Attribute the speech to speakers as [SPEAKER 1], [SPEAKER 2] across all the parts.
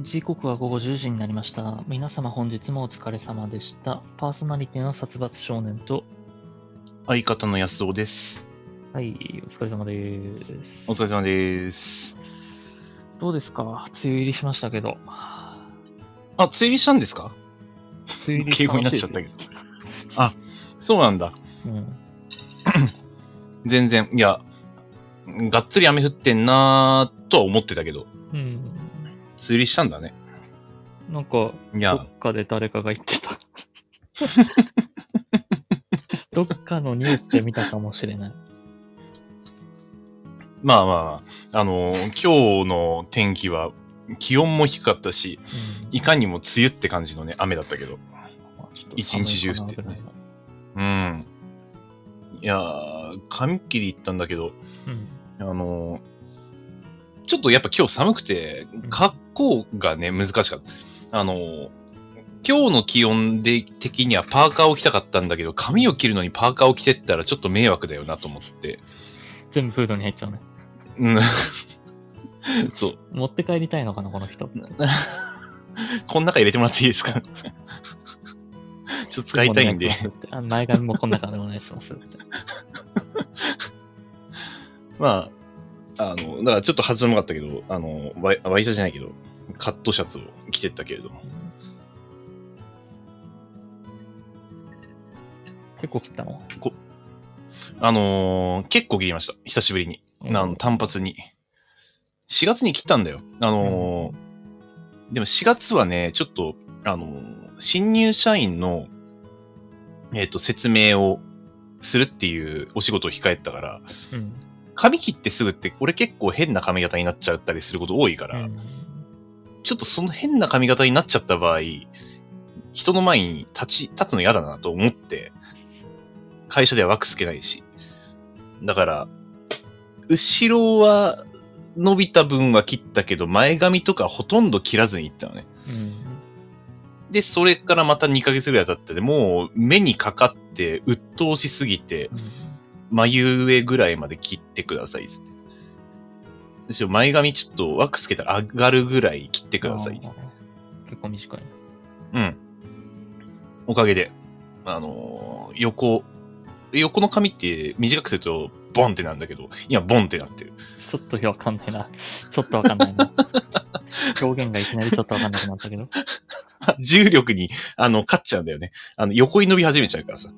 [SPEAKER 1] 時刻は午後10時になりました。皆様本日もお疲れ様でした。パーソナリティの殺伐少年と、
[SPEAKER 2] 相方の安尾です。
[SPEAKER 1] はい、お疲れ様です。
[SPEAKER 2] お疲れ様です。
[SPEAKER 1] どうですか梅雨入りしましたけど。
[SPEAKER 2] あ、追尾したんですか
[SPEAKER 1] 梅雨入り
[SPEAKER 2] 敬語になっちゃったけど。あ、そうなんだ。
[SPEAKER 1] ど。うん。
[SPEAKER 2] 全然。いや、がっつり雨降ってんなーとは思ってたけど、
[SPEAKER 1] うん。
[SPEAKER 2] 追尾したんだね。
[SPEAKER 1] なんか、
[SPEAKER 2] い
[SPEAKER 1] ど
[SPEAKER 2] や、
[SPEAKER 1] っかで誰かが言って た。どっかのニュースで見たかもしれない。
[SPEAKER 2] まあまあ、あのー今日の天気は気温も低かったし、
[SPEAKER 1] うん
[SPEAKER 2] いかにも梅雨って感じのね、雨だったけど。
[SPEAKER 1] まあちょっと
[SPEAKER 2] 一日中降って
[SPEAKER 1] 寒いか
[SPEAKER 2] る
[SPEAKER 1] なぐらいの
[SPEAKER 2] うん。いやー、髪切り行ったんだけど、
[SPEAKER 1] うん。
[SPEAKER 2] あのーちょっとやっぱ今日寒くて
[SPEAKER 1] ん、
[SPEAKER 2] 格好がね、難しかった。あのー今日の気温で的にはパーカーを着たかったんだけど、髪を切るのにパーカーを着てったらちょっと迷惑だよなと思って。
[SPEAKER 1] 全部フードに入っちゃうね。
[SPEAKER 2] うん。 そう。
[SPEAKER 1] 持って帰りたいのかな、この人。
[SPEAKER 2] この中入れてもらっていいですかちょっと使いたいんで
[SPEAKER 1] お願。しますってあ前髪もこんな感じでお願いしますって。
[SPEAKER 2] まあ、あの、だからちょっと恥ずかかったけど、あの、ワイワイシャツじゃないけど、カットシャツを着てったけれども。
[SPEAKER 1] 結構切ったの
[SPEAKER 2] あのー結構切りました。久しぶりに。あの、単発に。4月に切ったんだよ。あのーでも4月はね、ちょっと、あのー新入社員の、えっ、と、説明をするっていうお仕事を控えてたから、
[SPEAKER 1] うん。
[SPEAKER 2] 髪切ってすぐって、俺結構変な髪型になっちゃったりすること多いから、
[SPEAKER 1] うん
[SPEAKER 2] ちょっとその変な髪型になっちゃった場合、人の前に立ち、立つの嫌だなと思って、会社では枠つけないし。だから、後ろは伸びた分は切ったけど、前髪とかほとんど切らずに行ったのね。
[SPEAKER 1] うん
[SPEAKER 2] で、それからまた2ヶ月ぐらい経ってて、もう目にかかって、鬱陶しすぎて、眉上ぐらいまで切ってくださいっつって。むしろ前髪ちょっとワックスつけたら上がるぐらい切ってくださいっつって
[SPEAKER 1] あー結構短い。
[SPEAKER 2] うん。おかげで、あのー横、横の髪って短くすると、ボンってなんだけど、今、ボンってなってる。
[SPEAKER 1] ちょっとわかんないな。ちょっとわかんないな。表現がいきなりちょっとわかんなくなったけど。
[SPEAKER 2] 重力に、あの、勝っちゃうんだよね。あの、横に伸び始めちゃうからさ。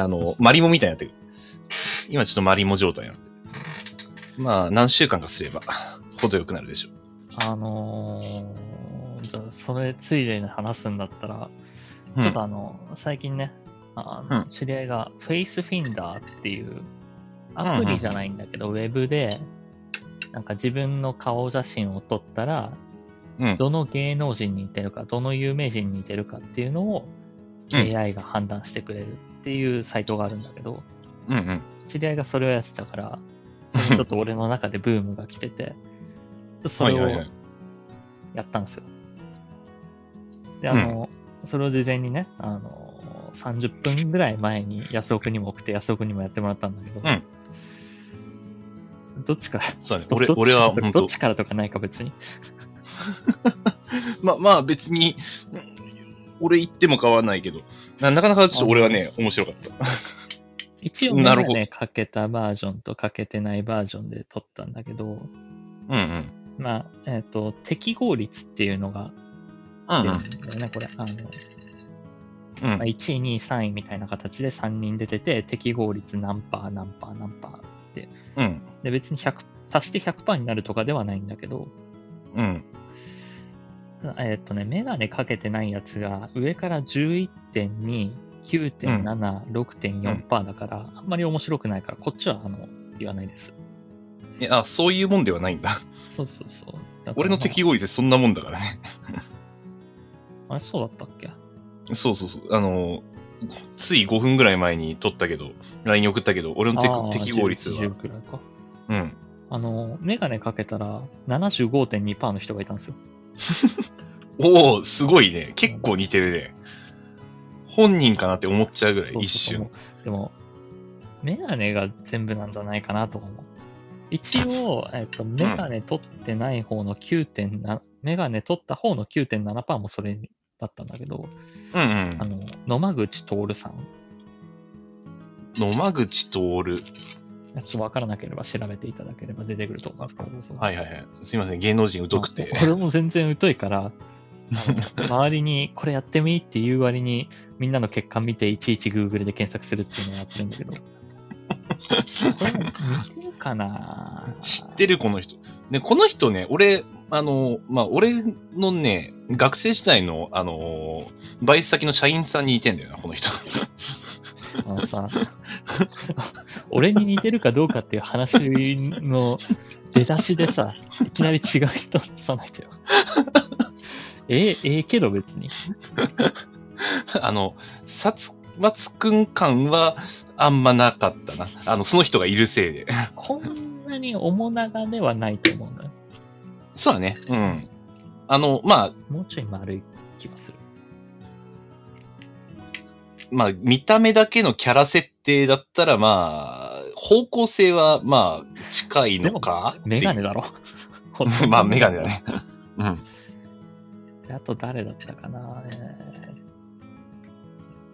[SPEAKER 2] あの、マリモみたいになってる。今、ちょっとマリモ状態になってる。まあ、何週間かすれば、程よくなるでしょう。
[SPEAKER 1] あのーじゃあそれついでに話すんだったら、
[SPEAKER 2] うん
[SPEAKER 1] ちょっとあの、最近ね、あの
[SPEAKER 2] うん
[SPEAKER 1] 知り合いが FaceFinder っていうアプリじゃないんだけど、ウェブで、なんか自分の顔写真を撮ったら、
[SPEAKER 2] うん。
[SPEAKER 1] どの芸能人に似てるか、どの有名人に似てるかっていうのを
[SPEAKER 2] うん
[SPEAKER 1] AI が判断してくれるっていうサイトがあるんだけど、
[SPEAKER 2] うんうん。
[SPEAKER 1] 知り合いがそれをやってたから、それちょっと俺の中でブームが来 てて、それ
[SPEAKER 2] はいはいは
[SPEAKER 1] を
[SPEAKER 2] い
[SPEAKER 1] やったんですよ。で、あの、それを事前にね、あの、30分ぐらい前に安尾くんにも送って安尾くんにもやってもらったんだけど、どっちから
[SPEAKER 2] そうだね。
[SPEAKER 1] ど
[SPEAKER 2] 俺、
[SPEAKER 1] どっち
[SPEAKER 2] 俺は、
[SPEAKER 1] からと
[SPEAKER 2] 本
[SPEAKER 1] どっ
[SPEAKER 2] 当
[SPEAKER 1] ちからとかないか別に。
[SPEAKER 2] まあまあ別に、うん俺行っても変わんないけど、ななかなかちょっと俺はね、面白かった。
[SPEAKER 1] 一応
[SPEAKER 2] なるほど
[SPEAKER 1] ね、かけたバージョンとかけてないバージョンで撮ったんだけど、
[SPEAKER 2] うん
[SPEAKER 1] まあ、えっ、と、適合率っていうのが
[SPEAKER 2] う
[SPEAKER 1] 出
[SPEAKER 2] ん。
[SPEAKER 1] るんだよね、これ。あの、
[SPEAKER 2] うん
[SPEAKER 1] まあ、1位、2位、3位みたいな形で3人出てて、適合率何パー、何パー、何パー。
[SPEAKER 2] うん。
[SPEAKER 1] で、別に100、足して100パーになるとかではないんだけど、
[SPEAKER 2] うん。
[SPEAKER 1] ただえっ、とね、メガネかけてないやつが上から11.2、9.7、6.4パーだから、あんまり面白くないから、こっちはあの言わないです。
[SPEAKER 2] えあ、そういうもんではない んだ。
[SPEAKER 1] そうそうそう。だから
[SPEAKER 2] 俺の適合率そんなもんだからね。
[SPEAKER 1] まああれ、そうだったっけ
[SPEAKER 2] そうそうそう。あの、つい5分ぐらい前に撮ったけど、LINE 送ったけど、俺の
[SPEAKER 1] あー
[SPEAKER 2] 適適合率
[SPEAKER 1] 11
[SPEAKER 2] は、
[SPEAKER 1] くらいか。
[SPEAKER 2] うん。
[SPEAKER 1] あの、メガネかけたら75.2%の人がいたんですよ。
[SPEAKER 2] おおすごいね。結構似てるね。本人かなって思っちゃうぐらい、
[SPEAKER 1] そうそうそう
[SPEAKER 2] 一瞬。。
[SPEAKER 1] でも、メガネが全部なんじゃないかなとか思う。一応、えっと、メガネ取ってない方の9.7メガネ取った方の9.7%もそれだったんだけど、
[SPEAKER 2] うんう
[SPEAKER 1] あ
[SPEAKER 2] ん。
[SPEAKER 1] の、野間口徹さん、
[SPEAKER 2] 野間口徹。
[SPEAKER 1] ちょっと分からなければ調べていただければ出てくると思うんですけど、そう
[SPEAKER 2] はいはいはい。すいません、芸能人疎くて。
[SPEAKER 1] 俺も全然疎いから、 あの周りにこれやってみっていう割に、みんなの結果見て、いちいち Google で検索するっていうのをやってるんだけど。これも似てるかな
[SPEAKER 2] 知ってる、この人。で、この人ね、俺、あの、まあ、俺のね、学生時代の、あの、バイト先の社員さんに似てんだよな、この人。
[SPEAKER 1] あのさ、俺に似てるかどうかっていう話の出だしでさ、いきなり違う人出さないとよ。ええ、ええけど別に。
[SPEAKER 2] あの、さつ、まつくん感はあんまなかったな。あの、その人がいるせいで。
[SPEAKER 1] こんなに面長ではないと思うんだよ。
[SPEAKER 2] そうだね。うん。あの、まあ、
[SPEAKER 1] もうちょい丸い気がする。
[SPEAKER 2] まあ、見た目だけのキャラ設定だったら、まあ、方向性は、まあ、近いのか
[SPEAKER 1] メガネ
[SPEAKER 2] っ
[SPEAKER 1] だろ。
[SPEAKER 2] ていう まあ、メガネだ。ね。うん。
[SPEAKER 1] であと誰だったかな、え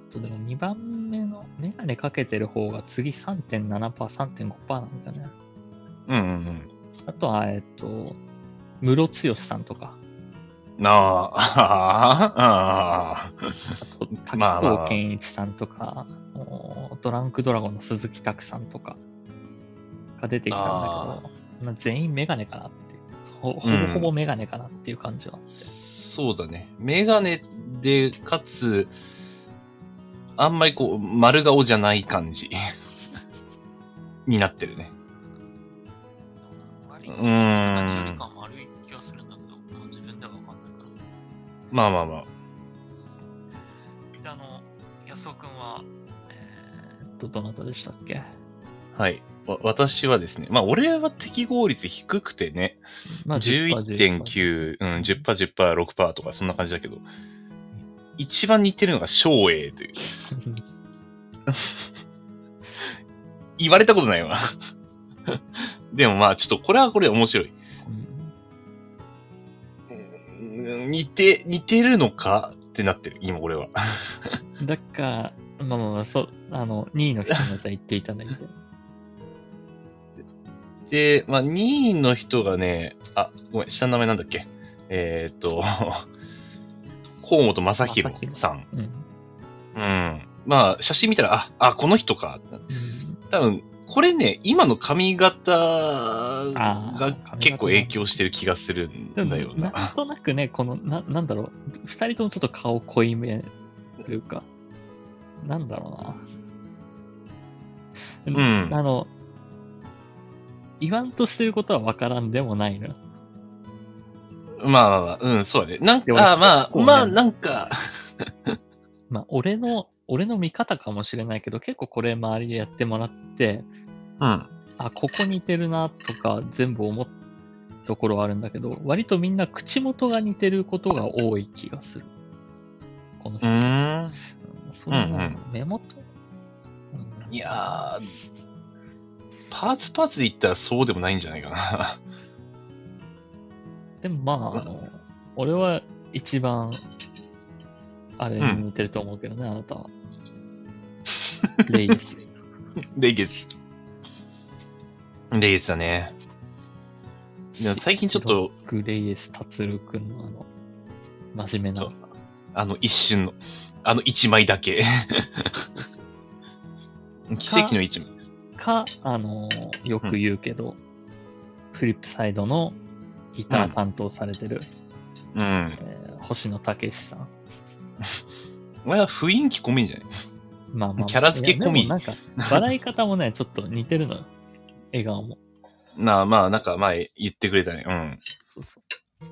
[SPEAKER 1] ー、とでも2番目のメガネかけてる方が次3.7%、3.5%なんだよね。
[SPEAKER 2] うんうん
[SPEAKER 1] あとは、えっ、と、ムロツヨシさんとか、
[SPEAKER 2] うん。ああ、ああ、
[SPEAKER 1] あと、滝
[SPEAKER 2] まあまあ
[SPEAKER 1] 藤健一さんとか、あのドランクドラゴンの鈴木拓さんとかが出てきたんだけど、まあ、全員メガネかなっていうほ、ほぼほぼメガネかなっていう感じはあって。
[SPEAKER 2] そうだね。メガネで、かつ、あんまりこう、丸顔じゃない感じ になってるね。
[SPEAKER 3] 割
[SPEAKER 2] う
[SPEAKER 3] と
[SPEAKER 2] ーん
[SPEAKER 3] 形よりかは悪い気がするんだけど、もう自分では分かんないから。
[SPEAKER 2] まあまあまあ。
[SPEAKER 3] で、あの、安尾くんは、え
[SPEAKER 1] えっと、どなたでしたっけ
[SPEAKER 2] はい。わ私はですね、まあ俺は適合率低くてね、
[SPEAKER 1] まあ10%。
[SPEAKER 2] 11.9、うん、10%、10%、6%とかそんな感じだけど、一番似てるのが昭栄という。言われたことないわ。 でもまあちょっとこれはこれで面白い。
[SPEAKER 1] うん
[SPEAKER 2] うん似て、似てるのかってなってる、今俺は。
[SPEAKER 1] だから、まあまあまあ、そう、あの、2位の人もじゃあ言っていただいて。
[SPEAKER 2] で、まあ2位の人がね、あ、ごめん、下の名前なんだっけえーっと、 河本正宏さん。
[SPEAKER 1] うん。
[SPEAKER 2] うん。まあ、写真見たら、あ、あ、この人か。多分、これね、今の髪型
[SPEAKER 1] あー髪
[SPEAKER 2] が
[SPEAKER 1] 型ね
[SPEAKER 2] 結構影響してる気がするん
[SPEAKER 1] で
[SPEAKER 2] だよ
[SPEAKER 1] も、
[SPEAKER 2] な。
[SPEAKER 1] なんとなくね、この、ななんだろう、2人ともちょっと顔濃いめというか、なんだろうな。
[SPEAKER 2] うん
[SPEAKER 1] あの、言わんとしてることは分からんでもないのよ。
[SPEAKER 2] まあまあまあ、うん、そうだね。なん
[SPEAKER 1] でもね
[SPEAKER 2] か、あーまあ
[SPEAKER 1] 結、構ね
[SPEAKER 2] まあ、なんか、
[SPEAKER 1] まあ、俺の、俺の見方かもしれないけど、結構これ周りでやってもらって、
[SPEAKER 2] うん。
[SPEAKER 1] あ、ここ似てるなとか全部思ったところはあるんだけど、割とみんな口元が似てることが多い気がする。この
[SPEAKER 2] う
[SPEAKER 1] 人たち
[SPEAKER 2] ーん。
[SPEAKER 1] うんそんな
[SPEAKER 2] うんうん
[SPEAKER 1] 目元、うん
[SPEAKER 2] いやー、パーツパーツで言ったらそうでもないんじゃないかな。
[SPEAKER 1] でもまあ、あの、俺は一番、あれに似てると思うけどね、あな たは。レイス。
[SPEAKER 2] レイゲス。レイゲスだね。でも最近ちょっと、
[SPEAKER 1] グレイエス達郎君のあの、真面目な
[SPEAKER 2] そ。あの一瞬の、あの一枚だ け。
[SPEAKER 1] そうそうそう
[SPEAKER 2] 奇跡の一枚。
[SPEAKER 1] か、あのーよく言うけど、フリップサイドのギター担当されてる、
[SPEAKER 2] うん。
[SPEAKER 1] えー星野武さん。
[SPEAKER 2] お前は雰囲気込めんじゃない
[SPEAKER 1] まあまあまあ、
[SPEAKER 2] キャラ付け込み
[SPEAKER 1] いやでもなんか、笑い方もね、ちょっと似てるのよ。笑顔も。
[SPEAKER 2] なあ、まあ、なんか前言ってくれたね。うん。
[SPEAKER 1] そうそう。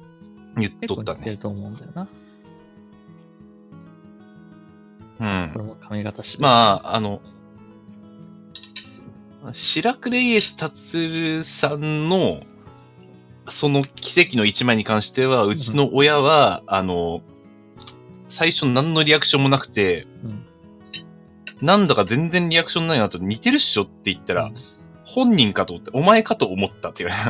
[SPEAKER 2] 言っ
[SPEAKER 1] 結
[SPEAKER 2] と
[SPEAKER 1] 構
[SPEAKER 2] った
[SPEAKER 1] 似て
[SPEAKER 2] ね。
[SPEAKER 1] ると思うんだよな。
[SPEAKER 2] う
[SPEAKER 1] これ
[SPEAKER 2] ん。
[SPEAKER 1] も髪型し
[SPEAKER 2] まあ、あの、白クレイエス達るさんの、その奇跡の一枚に関しては、うちの親は、あの、最初何のリアクションもなくて、
[SPEAKER 1] うん
[SPEAKER 2] なんだか全然リアクションないなと似てるっしょって言ったら、
[SPEAKER 1] うん
[SPEAKER 2] 本人かと思って、お前かと思ったって言われ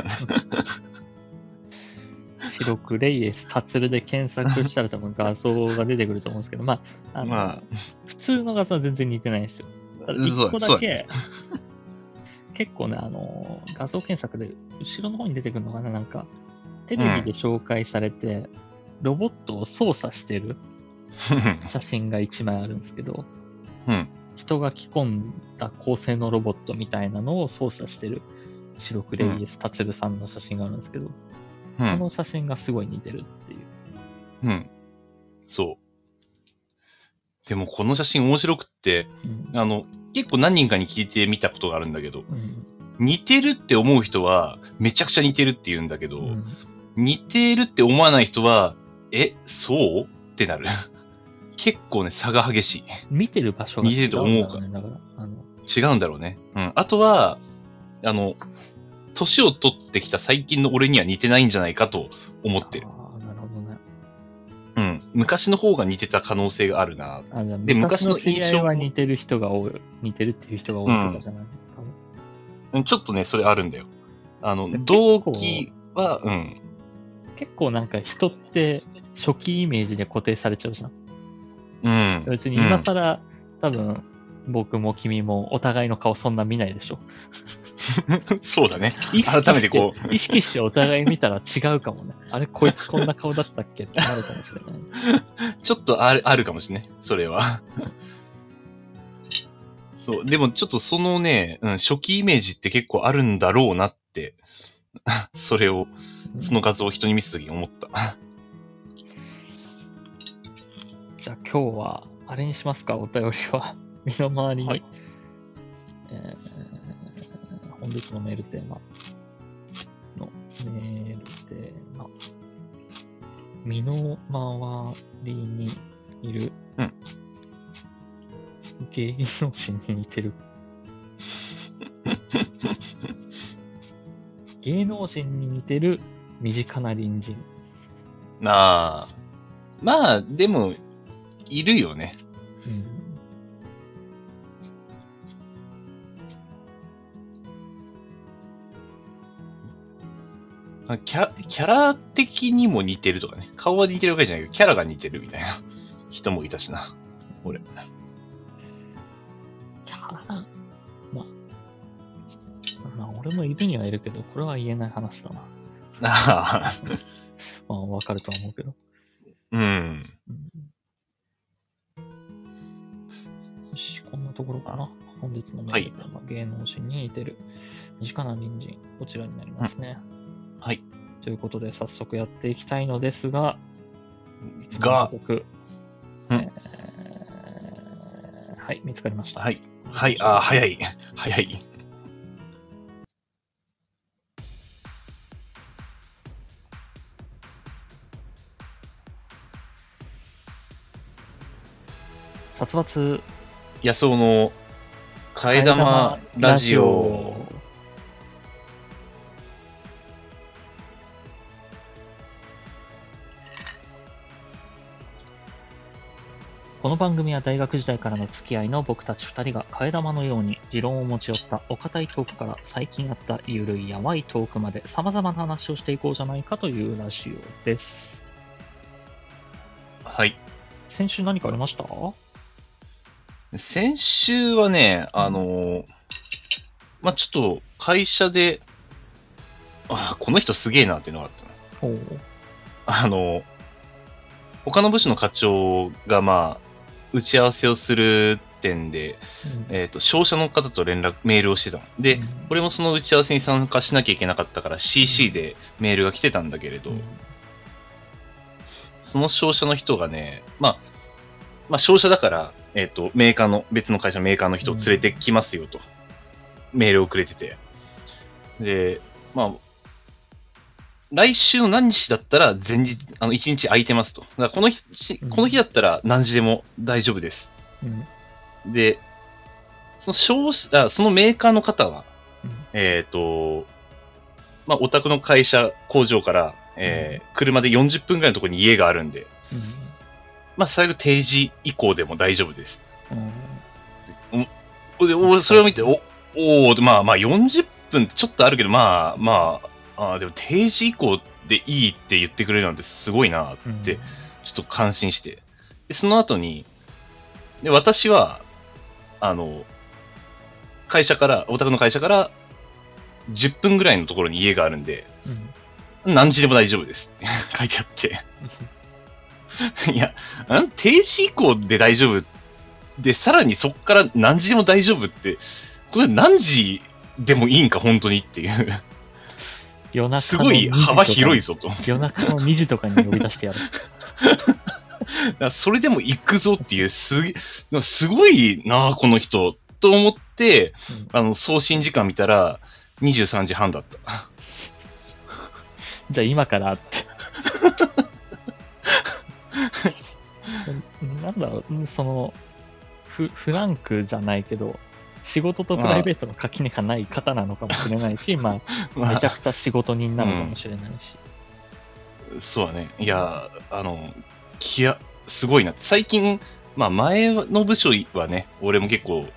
[SPEAKER 2] た。
[SPEAKER 1] 白くレイエス、タツルで検索したら多分画像が出てくると思うんですけど、まあ、あの
[SPEAKER 2] まあ、
[SPEAKER 1] 普通の画像は全然似てないですよ。ただ
[SPEAKER 2] そ
[SPEAKER 1] 1個
[SPEAKER 2] う
[SPEAKER 1] だ
[SPEAKER 2] そうだね。
[SPEAKER 1] け、 結構ね、あの、画像検索で後ろの方に出てくるのかな、なんか、テレビで紹介されて、ロボットを操作してる写真が1枚あるんですけど、
[SPEAKER 2] うん
[SPEAKER 1] 人が着込んだ高性能ロボットみたいなのを操作してる白くレイエス・タツルさんの写真があるんですけど、
[SPEAKER 2] う
[SPEAKER 1] そ
[SPEAKER 2] ん
[SPEAKER 1] の写真がすごい似てるっていう。
[SPEAKER 2] うん。そう。でもこの写真面白くって、
[SPEAKER 1] うん
[SPEAKER 2] あの、結構何人かに聞いてみたことがあるんだけど、
[SPEAKER 1] うん
[SPEAKER 2] 似てるって思う人は、めちゃくちゃ似てるって言うんだけど、
[SPEAKER 1] うん
[SPEAKER 2] 似てるって思わない人は、え、そうってなる。 結構ね、差が激し
[SPEAKER 1] 見てる場所が
[SPEAKER 2] 似て
[SPEAKER 1] 違う
[SPEAKER 2] る
[SPEAKER 1] ん
[SPEAKER 2] と
[SPEAKER 1] だ
[SPEAKER 2] 思う
[SPEAKER 1] ろ
[SPEAKER 2] か
[SPEAKER 1] うね。だから、あの、
[SPEAKER 2] い。違うんだろうね。うん。あとは、あの、年を取ってきた最近の俺には似てないんじゃないかと思ってる。
[SPEAKER 1] あーなるほどね。
[SPEAKER 2] うん。昔の方が似てた可能性があるな。
[SPEAKER 1] あじゃあ
[SPEAKER 2] で
[SPEAKER 1] 昔の
[SPEAKER 2] 昔
[SPEAKER 1] 知
[SPEAKER 2] の印
[SPEAKER 1] り
[SPEAKER 2] 象
[SPEAKER 1] 合いは似てる人が多い、似てるっていう人が多いとかじゃない、
[SPEAKER 2] うんちょっとね、それあるんだよ。あの、
[SPEAKER 1] 結
[SPEAKER 2] 同
[SPEAKER 1] 構
[SPEAKER 2] 期は、うん。
[SPEAKER 1] 結構なんか人って初期イメージで固定されちゃうじゃん。
[SPEAKER 2] うん。
[SPEAKER 1] 別に今更、多分僕も君もお互いの顔そんな見ないでしょ。
[SPEAKER 2] そうだね。
[SPEAKER 1] 意識して
[SPEAKER 2] 改めてこう
[SPEAKER 1] 意識してお互い見たら違うかもね。あれ、こいつこんな顔だったっけってなるかもしれない。
[SPEAKER 2] ちょっとあるあるかもしれない。それは。 そう。でもちょっとそのね、うん、初期イメージって結構あるんだろうなって、 それを、
[SPEAKER 1] うん
[SPEAKER 2] その画像を人に見せた時に思った。
[SPEAKER 1] じゃあ今日は、あれにしますか、お便りは。 身の回りに。
[SPEAKER 2] はい
[SPEAKER 1] えー本日のメールテーマのメールテーマ。身の回りにいる、
[SPEAKER 2] うん
[SPEAKER 1] 芸能人に似て る。芸能人に似てる身近な隣人。
[SPEAKER 2] なあ。まあ、でも、いるよね。
[SPEAKER 1] うん
[SPEAKER 2] あキャキャラ的にも似てるとかね。顔は似てるわけじゃないけど、キャラが似てるみたいな 人もいたしな。 俺。
[SPEAKER 1] キャラまあ、まあ、俺もいるにはいるけど、これは言えない話だな。
[SPEAKER 2] ああ。
[SPEAKER 1] まあ、わかるとは思うけど。
[SPEAKER 2] うん。
[SPEAKER 1] うんよし、こんなところかな。本日のメールテーマ、芸能人に似てる身近な隣人、こちらになりますね。
[SPEAKER 2] はい。
[SPEAKER 1] ということで、早速やっていきたいのですが、いつも
[SPEAKER 2] が
[SPEAKER 1] ごとく、
[SPEAKER 2] うん
[SPEAKER 1] えーはい、見つかりました。
[SPEAKER 2] はい。はい、ああ、早い。早い。
[SPEAKER 1] 殺伐
[SPEAKER 2] 安尾の替え玉ラジオ。
[SPEAKER 1] この番組は大学時代からの付き合いの僕たち2人が替え玉のように持論を持ち寄ったお堅いトークから最近あったゆるいやわいトークまで様々な話をしていこうじゃないかというラジオです。
[SPEAKER 2] はい。
[SPEAKER 1] 先週何かありましたう
[SPEAKER 2] 先週はね、あのーまあ、ちょっと会社で、ああ、この人すげえなっていうのがあったな。あのー他の部署の課長が、まあ、打ち合わせをする点で、えっ、と、商社の方と連絡、メールをしてたの。で、俺もその打ち合わせに参加しなきゃいけなかったから、CC でメールが来てたんだけれど、その商社の人がね、まあ、まあ、商社だから、えっ、と、メーカーの、別の会社のメーカーの人を連れてきますよと、メールをくれてて。で、まあ、来週の何日だったら前日、あの、1日空いてますと。だからこの日、
[SPEAKER 1] うん
[SPEAKER 2] この日だったら何時でも大丈夫です。
[SPEAKER 1] うん
[SPEAKER 2] で、その商社、あそのメーカーの方は、
[SPEAKER 1] うん
[SPEAKER 2] えっ、と、まあ、お宅の会社、工場から、えー車で40分ぐらいのところに家があるんで、まあ、最悪定時以降でも大丈夫です。
[SPEAKER 1] うんうん
[SPEAKER 2] で、おそれを見て、お、おーまあまあ40分ってちょっとあるけど、まあまあ、ああ、でも定時以降でいいって言ってくれるなんてすごいなっ
[SPEAKER 1] うん
[SPEAKER 2] て、ちょっと感心して。で、その後に、で私は、あの、会社から、お宅の会社から、10分ぐらいのところに家があるんで、
[SPEAKER 1] うん
[SPEAKER 2] 何時でも大丈夫ですって 書いてあって。 いや、ん定時以降で大丈夫。で、さらにそこから何時でも大丈夫って、これ何時でもいいんか、本当にっていう。
[SPEAKER 1] 夜中の
[SPEAKER 2] すごい
[SPEAKER 1] 2時とか
[SPEAKER 2] 幅広いぞと。だか
[SPEAKER 1] 夜中の2時とかに呼び出してやる。
[SPEAKER 2] らそれでも行くぞっていう、すげなんかすごいなあ、この人。と思って、あの、送信時間見たら、23時半だった。
[SPEAKER 1] じゃあ今から って。なんだろううん、そのフ、フランクじゃないけど、仕事とプライベートの垣根がない方なのかもしれないし、まあ、
[SPEAKER 2] ま
[SPEAKER 1] め
[SPEAKER 2] あ
[SPEAKER 1] ちゃくちゃ仕事人なのかもしれないし。
[SPEAKER 2] そうだね。いやー、あの、きや、すごいな。最近、まあ前の部署はね、俺も結構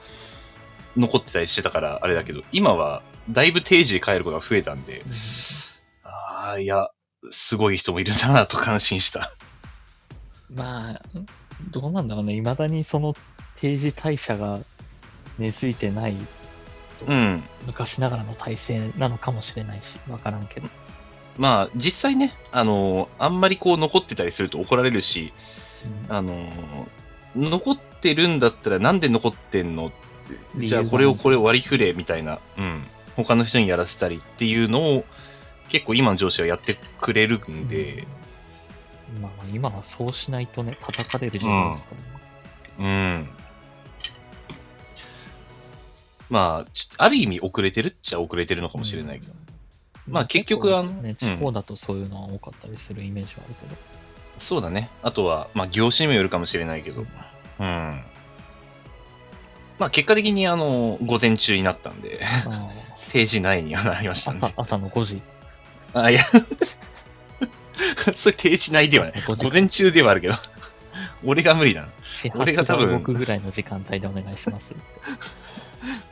[SPEAKER 2] 残ってたりしてたから、あれだけど、今はだいぶ定時で帰ることが増えたんで、
[SPEAKER 1] うん
[SPEAKER 2] ああ、いや、すごい人もいるんだなと感心した。
[SPEAKER 1] まあ、どうなんだろうね、いまだにその定時退社が根付いてない、
[SPEAKER 2] うん。
[SPEAKER 1] 昔ながらの体制なのかもしれないし、わからんけど。
[SPEAKER 2] まあ実際ね、あのーあんまりこう残ってたりすると怒られるし、
[SPEAKER 1] うん
[SPEAKER 2] あのー残ってるんだったらなんで残ってんの
[SPEAKER 1] 理由
[SPEAKER 2] じゃあ
[SPEAKER 1] が
[SPEAKER 2] これをこれを割り振れみたいな、うん、他の人にやらせたりっていうのを結構今の上司はやってくれるんで、
[SPEAKER 1] まあ、今はそうしないとね、叩かれる時代ですからね。
[SPEAKER 2] うん。まあ、ちある意味遅れてるっちゃ遅れてるのかもしれないけど、
[SPEAKER 1] うん
[SPEAKER 2] まあ結局
[SPEAKER 1] 結構
[SPEAKER 2] あのう
[SPEAKER 1] ね、
[SPEAKER 2] ん
[SPEAKER 1] 地方だとそういうのは多かったりするイメージはあるけど。
[SPEAKER 2] そうだね。あとは、まあ業種にもよるかもしれないけど、うん。まあ結果的にあの、午前中になったんで、
[SPEAKER 1] あ
[SPEAKER 2] 定時内にはなりまし
[SPEAKER 1] ー
[SPEAKER 2] た
[SPEAKER 1] 朝
[SPEAKER 2] ね。
[SPEAKER 1] 朝の5時。
[SPEAKER 2] あ、いや、 それ定時内ではない。
[SPEAKER 1] 午
[SPEAKER 2] 午前中ではあるけど、俺が無理だな。
[SPEAKER 1] 始
[SPEAKER 2] 俺
[SPEAKER 1] 発
[SPEAKER 2] が
[SPEAKER 1] が
[SPEAKER 2] 多分
[SPEAKER 1] 動くぐらいの時間帯でお願いします って。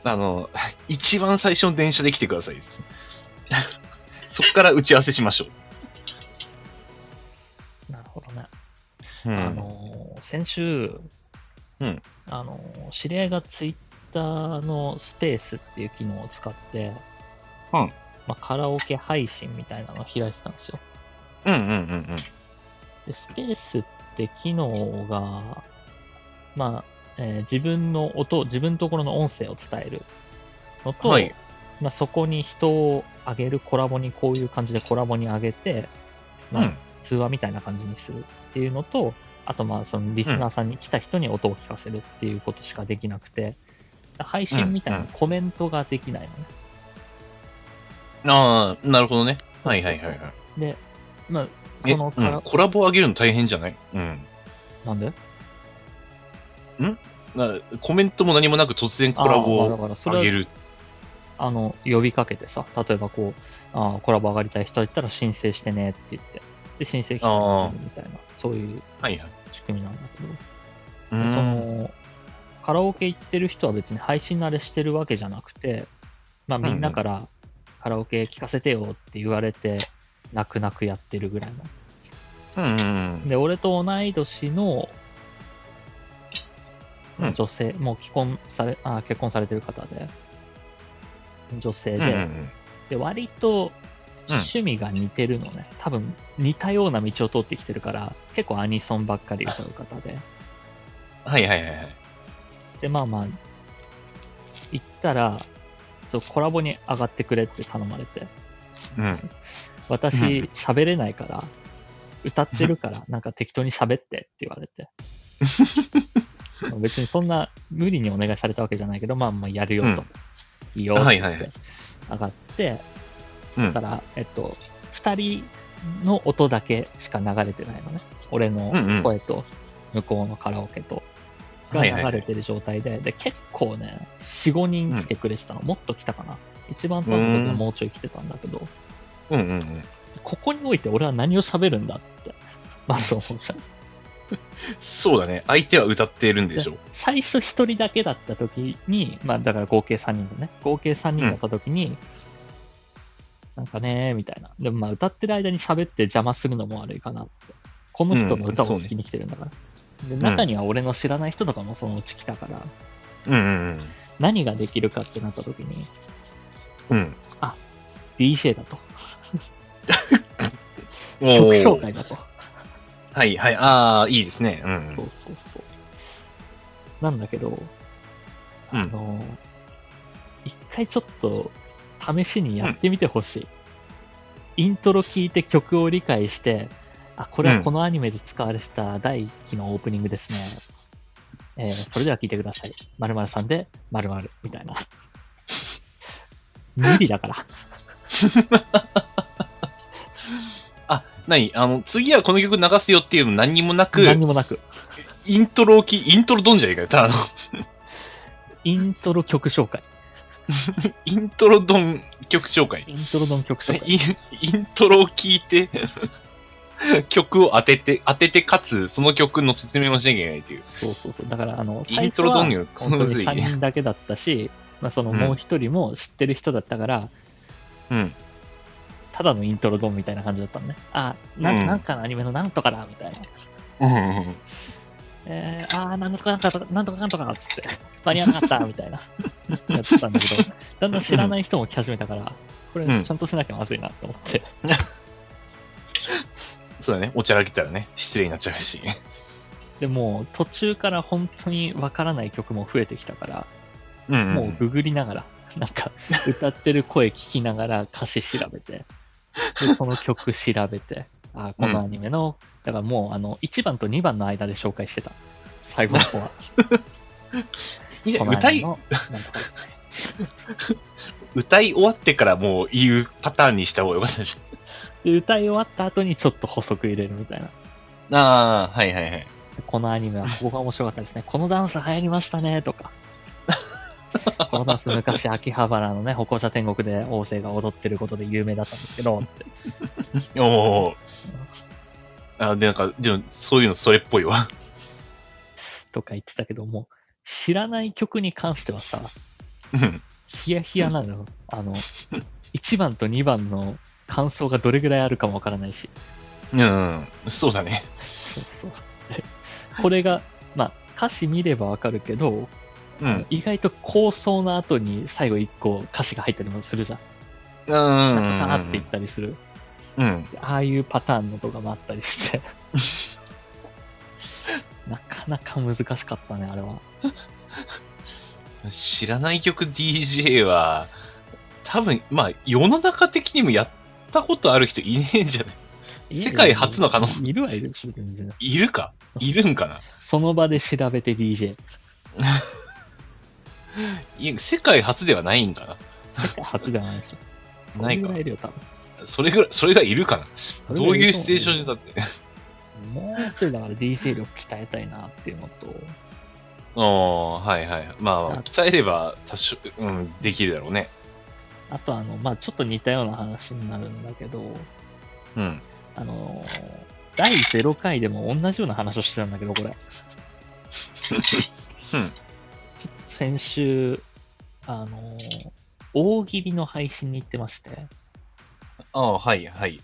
[SPEAKER 2] あの、一番最初の電車で来てください。 そこから打ち合わせしましょ
[SPEAKER 1] なるほどね。
[SPEAKER 2] う。う
[SPEAKER 1] あ
[SPEAKER 2] ん。
[SPEAKER 1] のー先週、
[SPEAKER 2] うん
[SPEAKER 1] あのー知り合いがツイッターのスペースっていう機能を使って、
[SPEAKER 2] うん
[SPEAKER 1] まあ、カラオケ配信みたいなのを開いてたんですよ。
[SPEAKER 2] うんうんうんうん。
[SPEAKER 1] でスペースって機能が、まあえー自分の音、自分のところの音声を伝えるのと、
[SPEAKER 2] はい
[SPEAKER 1] まあ、そこに人を上げるコラボに、こういう感じでコラボに上げて、
[SPEAKER 2] う
[SPEAKER 1] まあ
[SPEAKER 2] ん。
[SPEAKER 1] 通話みたいな感じにするっていうのと、あとまあそのリスナーさんに来た人に音を聞かせるっていうことしかできなくて、配信みたい
[SPEAKER 2] うん
[SPEAKER 1] な
[SPEAKER 2] うん
[SPEAKER 1] コメントができないのね。
[SPEAKER 2] ああ、なるほどね。はいはい
[SPEAKER 1] そ
[SPEAKER 2] は
[SPEAKER 1] う
[SPEAKER 2] い
[SPEAKER 1] そう
[SPEAKER 2] はい。
[SPEAKER 1] で、まあ、
[SPEAKER 2] え
[SPEAKER 1] そのカラ、
[SPEAKER 2] うんコラボ上げるの大変じゃないうん。
[SPEAKER 1] なんで
[SPEAKER 2] なコメントも何もなく突然コラボ
[SPEAKER 1] あーまあだ
[SPEAKER 2] を
[SPEAKER 1] からそれ
[SPEAKER 2] 上
[SPEAKER 1] は
[SPEAKER 2] げる。
[SPEAKER 1] あの、呼びかけてさ、例えばこう、あーコラボ上がりたい人だったら申請してねって言って、で、申請来たらみたいな、そういう
[SPEAKER 2] はいはい。
[SPEAKER 1] 仕組みなんだけど、
[SPEAKER 2] う
[SPEAKER 1] でそ
[SPEAKER 2] ん。
[SPEAKER 1] の、カラオケ行ってる人は別に配信慣れしてるわけじゃなくて、まあみんなからカラオケ聞かせてよって言われて、泣く泣くやってるぐらいの。
[SPEAKER 2] うんうんうん。
[SPEAKER 1] で、俺と同い年の
[SPEAKER 2] うん
[SPEAKER 1] 女性、もう既婚され、あー結婚されてる方で、女性
[SPEAKER 2] うん
[SPEAKER 1] で、
[SPEAKER 2] うんうん
[SPEAKER 1] で割と
[SPEAKER 2] うん
[SPEAKER 1] 趣味が似てるのね、多分似たような道を通ってきてるから結構アニソンばっかり歌う方で
[SPEAKER 2] はいはいはいはい。
[SPEAKER 1] でまあまあ行ったらそうコラボに上がってくれって頼まれて
[SPEAKER 2] うん。
[SPEAKER 1] 私
[SPEAKER 2] うん
[SPEAKER 1] 喋れないから歌ってる からなんか適当に喋ってって言われて別にそんな無理にお願いされたわけじゃないけどまあまあやるよと、いいよって言っ
[SPEAKER 2] はいはいは
[SPEAKER 1] て上がって、
[SPEAKER 2] うん
[SPEAKER 1] だから、えっと、2人の音だけしか流れてないのね。俺の
[SPEAKER 2] うんうん
[SPEAKER 1] 声と、向こうのカラオケと、が
[SPEAKER 2] はいはいは
[SPEAKER 1] 流
[SPEAKER 2] い
[SPEAKER 1] れてる状態で、で、結構ね、4、5人来てくれてたの。もっと来たかな。一番最後の時はもうちょい来てたんだけど、
[SPEAKER 2] うんうんうん。
[SPEAKER 1] ここにおいて俺は何を喋るんだって、まず思っちゃう。
[SPEAKER 2] そうだね。相手は歌ってるんでしょ。
[SPEAKER 1] 最初1人だけだった時に、まあだから合計3人でね、合計3人だった時に、なんかね、みたいな。でもまあ歌ってる間に喋って邪魔するのもあれかなって。この人の歌を聴きに来てるんだから。で中には俺の知らない人とかもそのうち来たから、
[SPEAKER 2] うんうん
[SPEAKER 1] 何ができるかってなった時に、
[SPEAKER 2] うん。うん。
[SPEAKER 1] DJ だと。
[SPEAKER 2] おー
[SPEAKER 1] 曲紹介だと。
[SPEAKER 2] はいはい。ああ、いいですね。うんうん。
[SPEAKER 1] そうそうそう。なんだけど、
[SPEAKER 2] うん
[SPEAKER 1] あの、一回ちょっと試しにやってみてほしい。イントロ聞いて曲を理解して、あ、これはこのアニメで使われてた第1期のオープニングですね。えーそれでは聞いてください。〇〇さんで〇〇みたいな。無理だから。
[SPEAKER 2] あ、何あの、次はこの曲流すよっていうの何にもなく、
[SPEAKER 1] 何にもなく。
[SPEAKER 2] イントロをき、イントロドンじゃねえかよ。ただの、
[SPEAKER 1] イントロ曲紹介。
[SPEAKER 2] イントロドン曲紹介。
[SPEAKER 1] イントロの曲紹介。
[SPEAKER 2] インイントロを聞いて、曲を当てて、当ててかつ、その曲の説明もしなきゃいけないっていう。
[SPEAKER 1] そうそうそう。だから、あの、
[SPEAKER 2] イ
[SPEAKER 1] 最
[SPEAKER 2] ン
[SPEAKER 1] 初
[SPEAKER 2] トロ
[SPEAKER 1] は
[SPEAKER 2] ドンよ、そ
[SPEAKER 1] 本
[SPEAKER 2] の
[SPEAKER 1] 当に
[SPEAKER 2] むずい
[SPEAKER 1] 3
[SPEAKER 2] ね。
[SPEAKER 1] 人だけだったし、まあ、その
[SPEAKER 2] うん
[SPEAKER 1] もう1人も知ってる人だったから、
[SPEAKER 2] うん。
[SPEAKER 1] ただのイントロドンみたいな感じだったのね。あ、な
[SPEAKER 2] うんん
[SPEAKER 1] なんかのアニメのなんとかだみたいな。
[SPEAKER 2] うんうんうん。
[SPEAKER 1] えー、あー、なんとかなんとか、なんとかなんとかっつって、間に合わなかったみたいな、 やってたんだけど、だんだん知らない人も来始めたから、こ
[SPEAKER 2] う
[SPEAKER 1] れ
[SPEAKER 2] ん
[SPEAKER 1] ちゃんとしなきゃまずいなと思って。
[SPEAKER 2] そうだね。おちゃらけたらね、失礼になっちゃうし。
[SPEAKER 1] でもう途中から本当にわからない曲も増えてきたから、
[SPEAKER 2] うんうん、
[SPEAKER 1] もうググりながら、なんか歌ってる声聞きながら歌詞調べて、でその曲調べて、あこのアニメの、だからもうあの1番と2番の間で紹介してた、最後の方は。
[SPEAKER 2] いや
[SPEAKER 1] このア
[SPEAKER 2] 歌
[SPEAKER 1] ニメ
[SPEAKER 2] い、
[SPEAKER 1] のなんとかですね。
[SPEAKER 2] 歌い終わってからもう言うパターンにした方がよかったし。
[SPEAKER 1] で歌い終わった後にちょっと補足入れるみたいな。
[SPEAKER 2] ああ、はいはいはい。
[SPEAKER 1] このアニメはここが面白かったですね。このダンス流行りましたね、と か。このダンス昔秋葉原のね、歩行者天国で王政が踊ってることで有名だったんですけど、って
[SPEAKER 2] おお。あで、なんか、でも、そういうのそれっぽいわ。
[SPEAKER 1] とか言ってたけども、知らない曲に関してはさ、
[SPEAKER 2] うん。
[SPEAKER 1] ヒヤヒヤなのよ。あの、1番と2番の感想がどれぐらいあるかもわからないし。
[SPEAKER 2] うんうん。そうだね。
[SPEAKER 1] そうそう。でこれが、まあ、歌詞見ればわかるけど、
[SPEAKER 2] うん。
[SPEAKER 1] 意外と構想の後に最後1個歌詞が入ったりもするじゃん。
[SPEAKER 2] うんうん
[SPEAKER 1] なんか
[SPEAKER 2] う
[SPEAKER 1] ターっていっ
[SPEAKER 2] ん
[SPEAKER 1] たりする。
[SPEAKER 2] うん。うん。
[SPEAKER 1] ああいうパターンのとかもあったり して。なかなか難しかったね、あれは。
[SPEAKER 2] 知らない曲 DJ は、多分、まあ、世の中的にもやったことある人いねえんじゃない 世界初の可能
[SPEAKER 1] いるはいるでしょ、全然。
[SPEAKER 2] いるかいるんかな
[SPEAKER 1] その場で調べて DJ。
[SPEAKER 2] い世界初ではないんか
[SPEAKER 1] 世界初ではないでしょ。
[SPEAKER 2] ないか
[SPEAKER 1] それぐらいいるよ、多分。
[SPEAKER 2] なそれぐらい、それがいるかな
[SPEAKER 1] それ
[SPEAKER 2] ど
[SPEAKER 1] ぐ
[SPEAKER 2] う
[SPEAKER 1] らい
[SPEAKER 2] い
[SPEAKER 1] る
[SPEAKER 2] う
[SPEAKER 1] と思
[SPEAKER 2] シチュエーションだって。
[SPEAKER 1] もうちょいだから DJ 力鍛えたいなっていうのと、
[SPEAKER 2] おー、はいはい。まあ、鍛えれば多少、うん、できるだろうね。
[SPEAKER 1] あとあの、まあちょっと似たような話になるんだけど、
[SPEAKER 2] うん。
[SPEAKER 1] あのー、第0回でも同じような話をしてたんだけど、これ。ちょっと先週、あのー、大喜利の配信に行ってまして、
[SPEAKER 2] ああ、はいはい。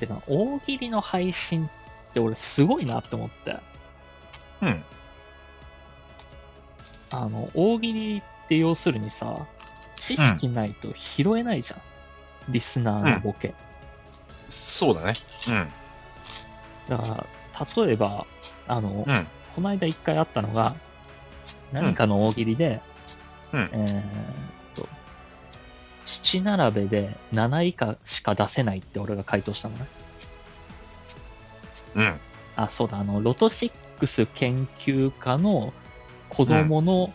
[SPEAKER 1] で、まあ大喜利の配信って俺すごいなって思って、
[SPEAKER 2] うん。
[SPEAKER 1] あの、大喜利って要するにさ、知識ないと拾えないじゃん。リスナーのボケ。
[SPEAKER 2] そうだね。
[SPEAKER 1] だから、例えば、あの、
[SPEAKER 2] うん。うん。
[SPEAKER 1] この間一回あったのが、何かの大喜利で、
[SPEAKER 2] うん
[SPEAKER 1] えーっと、七並べで7以下しか出せないって俺が回答したのね。
[SPEAKER 2] うん。
[SPEAKER 1] あ、そうだ、あの、ロト6研究家の子供の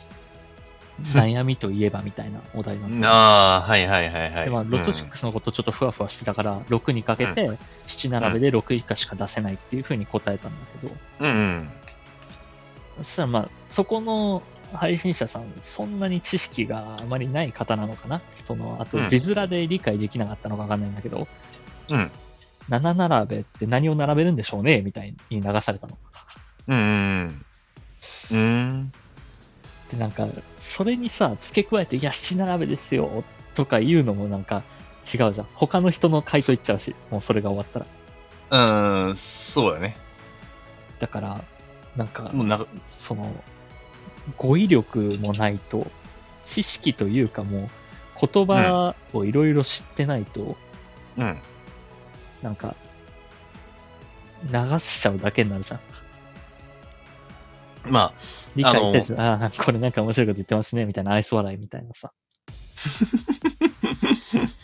[SPEAKER 1] 悩みといえばみたいなお題だったの。
[SPEAKER 2] ああ、はいはいはいはい。
[SPEAKER 1] でまあ、ロト
[SPEAKER 2] うん
[SPEAKER 1] 6のことちょっとふわふわしてたから、6にかけて7並べで6以下しか出せないっていうふうに答えたんだけど、
[SPEAKER 2] うんうん。
[SPEAKER 1] そしたらまあ、そこの配信者さん、そんなに知識があまりない方なのかな。その、あ
[SPEAKER 2] う
[SPEAKER 1] と
[SPEAKER 2] ん
[SPEAKER 1] 字面で理解できなかったのかわかんないんだけど、
[SPEAKER 2] うん。
[SPEAKER 1] 7並べって何を並べるんでしょうねみたいに流されたの。
[SPEAKER 2] うんうんうん。うん。
[SPEAKER 1] で、なんか、それにさ、付け加えて、いや、7並べですよとか言うのもなんか違うじゃん。他の人の回答言っちゃうし、もうそれが終わったら。
[SPEAKER 2] うーん、そうだね。
[SPEAKER 1] だから、なんか、
[SPEAKER 2] もうなんか、
[SPEAKER 1] その、語彙力もないと、知識というかもう、言葉をいろいろ知ってないと、
[SPEAKER 2] うん。
[SPEAKER 1] なんか、流しちゃうだけになるじゃん。
[SPEAKER 2] ま
[SPEAKER 1] 理解せず、ああー、これなんか面白いこと言ってますね、みたいな愛想笑いみたいなさ。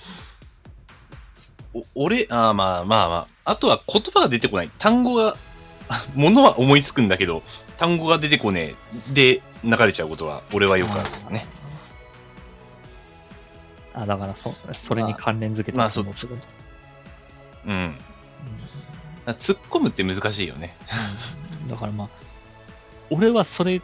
[SPEAKER 2] あ、お俺、あーまあまあまあ。あとは言葉が出てこない。単語が、 ものは思いつくんだけど、単語が出てこねえ。で、流れちゃうことは、俺はよくあるね。
[SPEAKER 1] あ、だからそ、それに関連づけて
[SPEAKER 2] まあ
[SPEAKER 1] ると思うけど
[SPEAKER 2] うん。だから突っ込むって難しいよね。
[SPEAKER 1] うんだからまあ、俺はそれ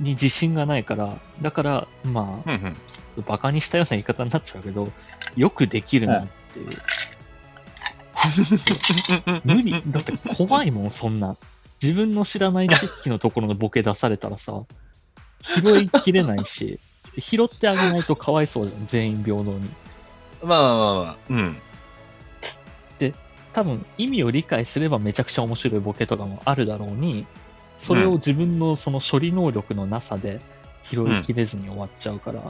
[SPEAKER 1] に自信がないから、だから、ま
[SPEAKER 2] うんうん。
[SPEAKER 1] あ、バカにしたような言い方になっちゃうけど、よくできるなっていう。無理。だって怖いもん、そんな。自分の知らない知識のところのボケ出されたらさ、拾いきれないし、拾ってあげないとかわいそうじゃん、全員平等に。
[SPEAKER 2] まあまあまあまあ。うん。
[SPEAKER 1] 多分、意味を理解すればめちゃくちゃ面白いボケとかもあるだろうに、それを自分のその処理能力のなさで拾いきれずに終わっちゃうから、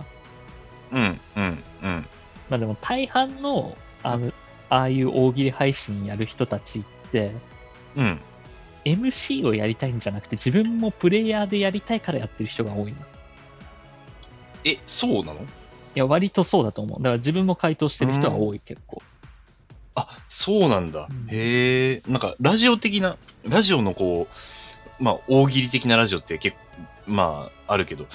[SPEAKER 2] うん。うん。うん。
[SPEAKER 1] まあでも大半の、あの、ああいう大喜利配信やる人たちって、
[SPEAKER 2] うん。
[SPEAKER 1] MC をやりたいんじゃなくて、自分もプレイヤーでやりたいからやってる人が多いな。
[SPEAKER 2] え、そうなの
[SPEAKER 1] いや、割とそうだと思う。だから自分も回答してる人は多い、結構。
[SPEAKER 2] あ、そうなんだ
[SPEAKER 1] うん。
[SPEAKER 2] へえ。なんか、ラジオ的な、ラジオのこう、まあ、大喜利的なラジオって結構、まあ、あるけど、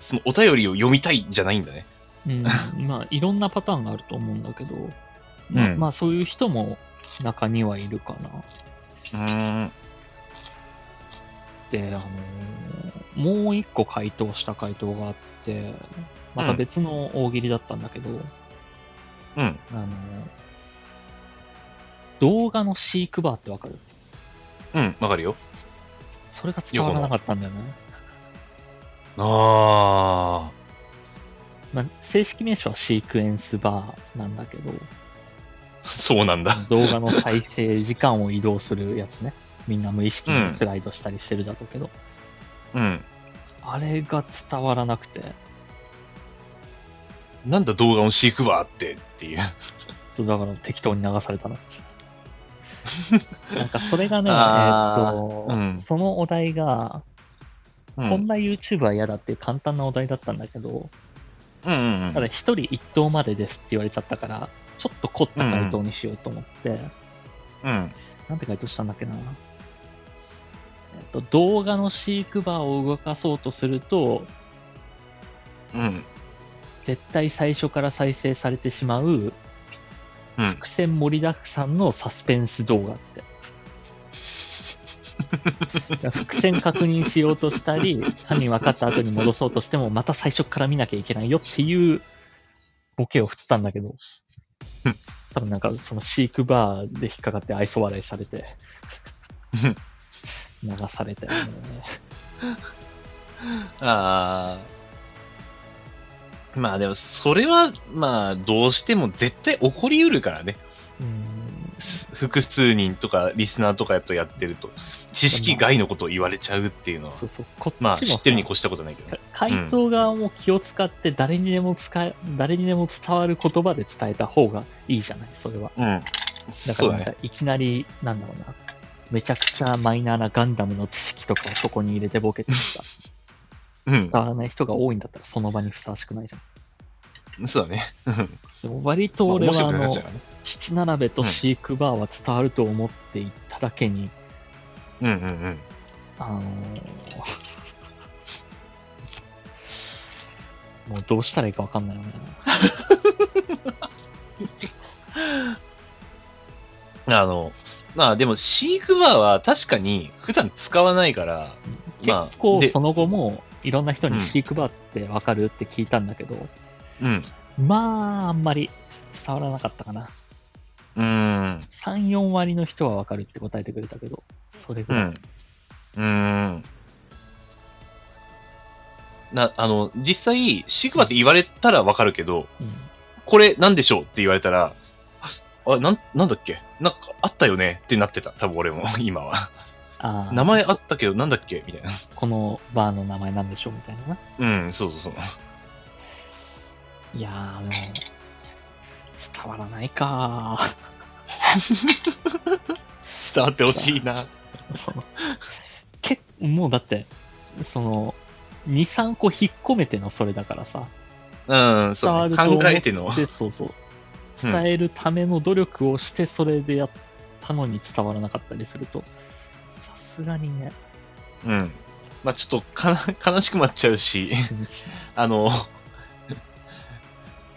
[SPEAKER 2] そのお便りを読みたいじゃないんだね。
[SPEAKER 1] うん、まあ、いろんなパターンがあると思うんだけど、
[SPEAKER 2] うん
[SPEAKER 1] まあ、そういう人も中にはいるかな。
[SPEAKER 2] うーん。
[SPEAKER 1] で、あのーもう一個回答した回答があって、また別の大喜利だったんだけど、
[SPEAKER 2] うん。
[SPEAKER 1] あのー動画の飼育バーってわかる
[SPEAKER 2] うん。わかるよ。
[SPEAKER 1] それが伝わらなかったんだよね。
[SPEAKER 2] あ
[SPEAKER 1] まあ、正式名称はシークエンスバーなんだけど、
[SPEAKER 2] あ。 そうなんだ。
[SPEAKER 1] 動画の再生時間を移動するやつね。 みんな無意識にスライドしたりしてるだろうけど、
[SPEAKER 2] うん。
[SPEAKER 1] あれが伝わらなくて、
[SPEAKER 2] なんだ動画の飼育バーってっていう。
[SPEAKER 1] そうだから適当に流され たの。なんかそれがね、え
[SPEAKER 2] あー
[SPEAKER 1] ーっと、
[SPEAKER 2] うん
[SPEAKER 1] そのお題が、
[SPEAKER 2] う
[SPEAKER 1] こん
[SPEAKER 2] ん
[SPEAKER 1] な YouTube は嫌だっていう簡単なお題だったんだけど、
[SPEAKER 2] うんうん
[SPEAKER 1] ただ一人一投までですって言われちゃったから、ちょっと凝った回答にしようと思って、
[SPEAKER 2] うん。うん。
[SPEAKER 1] なんて回答したんだっけな。えっと、動画の飼育バーを動かそうとすると、
[SPEAKER 2] うん。
[SPEAKER 1] 絶対最初から再生されてしまう
[SPEAKER 2] うん
[SPEAKER 1] 伏。線盛りだくさんのサスペンス動画 って。伏線確認しようとしたり、犯人分かった後に戻そうとしても、また最初から見なきゃいけないよっていうボケを振ったんだけど
[SPEAKER 2] うん、
[SPEAKER 1] 多分なんかその飼育バーで引っかかって愛想笑いされて
[SPEAKER 2] うん、
[SPEAKER 1] 流されたよね。
[SPEAKER 2] ああ。まあでも、それは、まあ、どうしても絶対起こりうるからね。
[SPEAKER 1] うん
[SPEAKER 2] す複数人とかリスナーとかやとやってると、知識外のことを言われちゃうっていうのは、
[SPEAKER 1] そうそう、こっち
[SPEAKER 2] ま
[SPEAKER 1] も
[SPEAKER 2] あ
[SPEAKER 1] さ
[SPEAKER 2] 知ってるに越したことないけど
[SPEAKER 1] か
[SPEAKER 2] ね。
[SPEAKER 1] 回答側も気を使って誰にでも使え、誰にでも伝わる言葉で伝えた方がいいじゃない、それは。
[SPEAKER 2] うん。
[SPEAKER 1] だか
[SPEAKER 2] そう
[SPEAKER 1] らなん
[SPEAKER 2] だね。
[SPEAKER 1] かいきなり、なんだろうな、めちゃくちゃマイナーなガンダムの知識とかをそこに入れてボケてもさ、
[SPEAKER 2] うん
[SPEAKER 1] 伝。わらない人が多いんだったらその場にふさわしくないじゃん。
[SPEAKER 2] そうだね。うん
[SPEAKER 1] でも割と俺
[SPEAKER 2] まあ面
[SPEAKER 1] はあ
[SPEAKER 2] 白
[SPEAKER 1] の
[SPEAKER 2] くなくなっちゃう、からね。
[SPEAKER 1] 七並べとシークバーは伝わると思っていっただけに、
[SPEAKER 2] うんうんうん。
[SPEAKER 1] あの ーもうどうしたらいいかわかんないよね。
[SPEAKER 2] あの、まあでも、飼育バーは確かに普段使わないから、まあ
[SPEAKER 1] 結構
[SPEAKER 2] で
[SPEAKER 1] その後もいろんな人
[SPEAKER 2] うん
[SPEAKER 1] に飼育バーってわかるって聞いたんだけど、
[SPEAKER 2] うん。
[SPEAKER 1] まああんまり伝わらなかったかな
[SPEAKER 2] うん。
[SPEAKER 1] 34割の人はわかるって答えてくれたけどそれぐ
[SPEAKER 2] う
[SPEAKER 1] らい、
[SPEAKER 2] ん。うん。な、あの、実際、シグマって言われたらわかるけど、
[SPEAKER 1] うん
[SPEAKER 2] これなんでしょうって言われたら、あ、なん、なんだっけなんかあったよねってなってた。多分俺も、 今は。
[SPEAKER 1] あー
[SPEAKER 2] 名前あったけど、なんだっけみたいな。
[SPEAKER 1] このバーの名前なんでしょうみたいなな。
[SPEAKER 2] うん、そうそうそう。
[SPEAKER 1] いやー、もう、伝わらないかー。
[SPEAKER 2] 伝わってほしいな。
[SPEAKER 1] そのけもうだって、その、2、3個引っ込めてのそれだからさ。
[SPEAKER 2] うん、そ
[SPEAKER 1] 伝わ
[SPEAKER 2] う、ね。
[SPEAKER 1] ると思
[SPEAKER 2] 考
[SPEAKER 1] う
[SPEAKER 2] えての。
[SPEAKER 1] で、そうそう。
[SPEAKER 2] うん
[SPEAKER 1] 伝えるための努力をして、それでやったのに伝わらなかったりすると、さすがにね、
[SPEAKER 2] うん。まあちょっとかな、悲しくなっちゃう し、あの、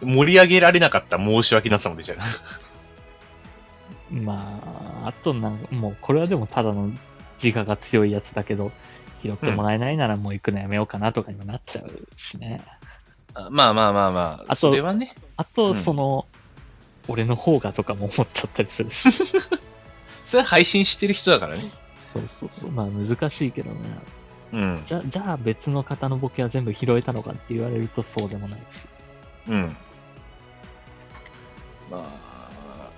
[SPEAKER 2] 盛り上げられなかった申し訳なさも出ちゃう。
[SPEAKER 1] まあ、あとなんもうこれはでもただの自我が強いやつだけど、拾ってもらえないならもう行くのやめようかなとかにもなっちゃうしね。
[SPEAKER 2] あまあまあまあまあ、
[SPEAKER 1] あと
[SPEAKER 2] それはね、
[SPEAKER 1] あ
[SPEAKER 2] う
[SPEAKER 1] と、
[SPEAKER 2] ん
[SPEAKER 1] その、俺の方がとかも思っちゃったりするし。
[SPEAKER 2] それは配信してる人だからね。
[SPEAKER 1] そうそうそう。まあ難しいけどね。
[SPEAKER 2] うん、
[SPEAKER 1] じゃじゃあ別の方のボケは全部拾えたのかって言われるとそうでもないし。
[SPEAKER 2] うん。まあ、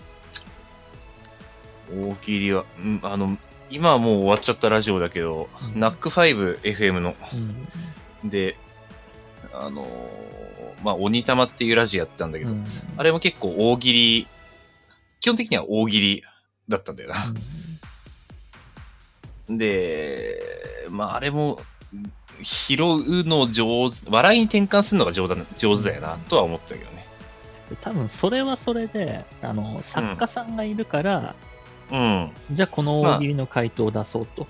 [SPEAKER 2] 大喜利は、うん、あの、今はもう終わっちゃったラジオだけど、
[SPEAKER 1] うん
[SPEAKER 2] ナック NAC5FM の、
[SPEAKER 1] うん。
[SPEAKER 2] で、あのーまあ、鬼玉っていうラジオやってたんだけど、
[SPEAKER 1] うん
[SPEAKER 2] あれも結構大喜利、基本的には大喜利だったんだよな。で、まああれも、拾うの上手、笑いに転換するのが上手だ上手だよな、とは思ったけどね。
[SPEAKER 1] うん多分それはそれで、あの、作家さんがいるから、じゃあこの大喜利の回答を出そうと。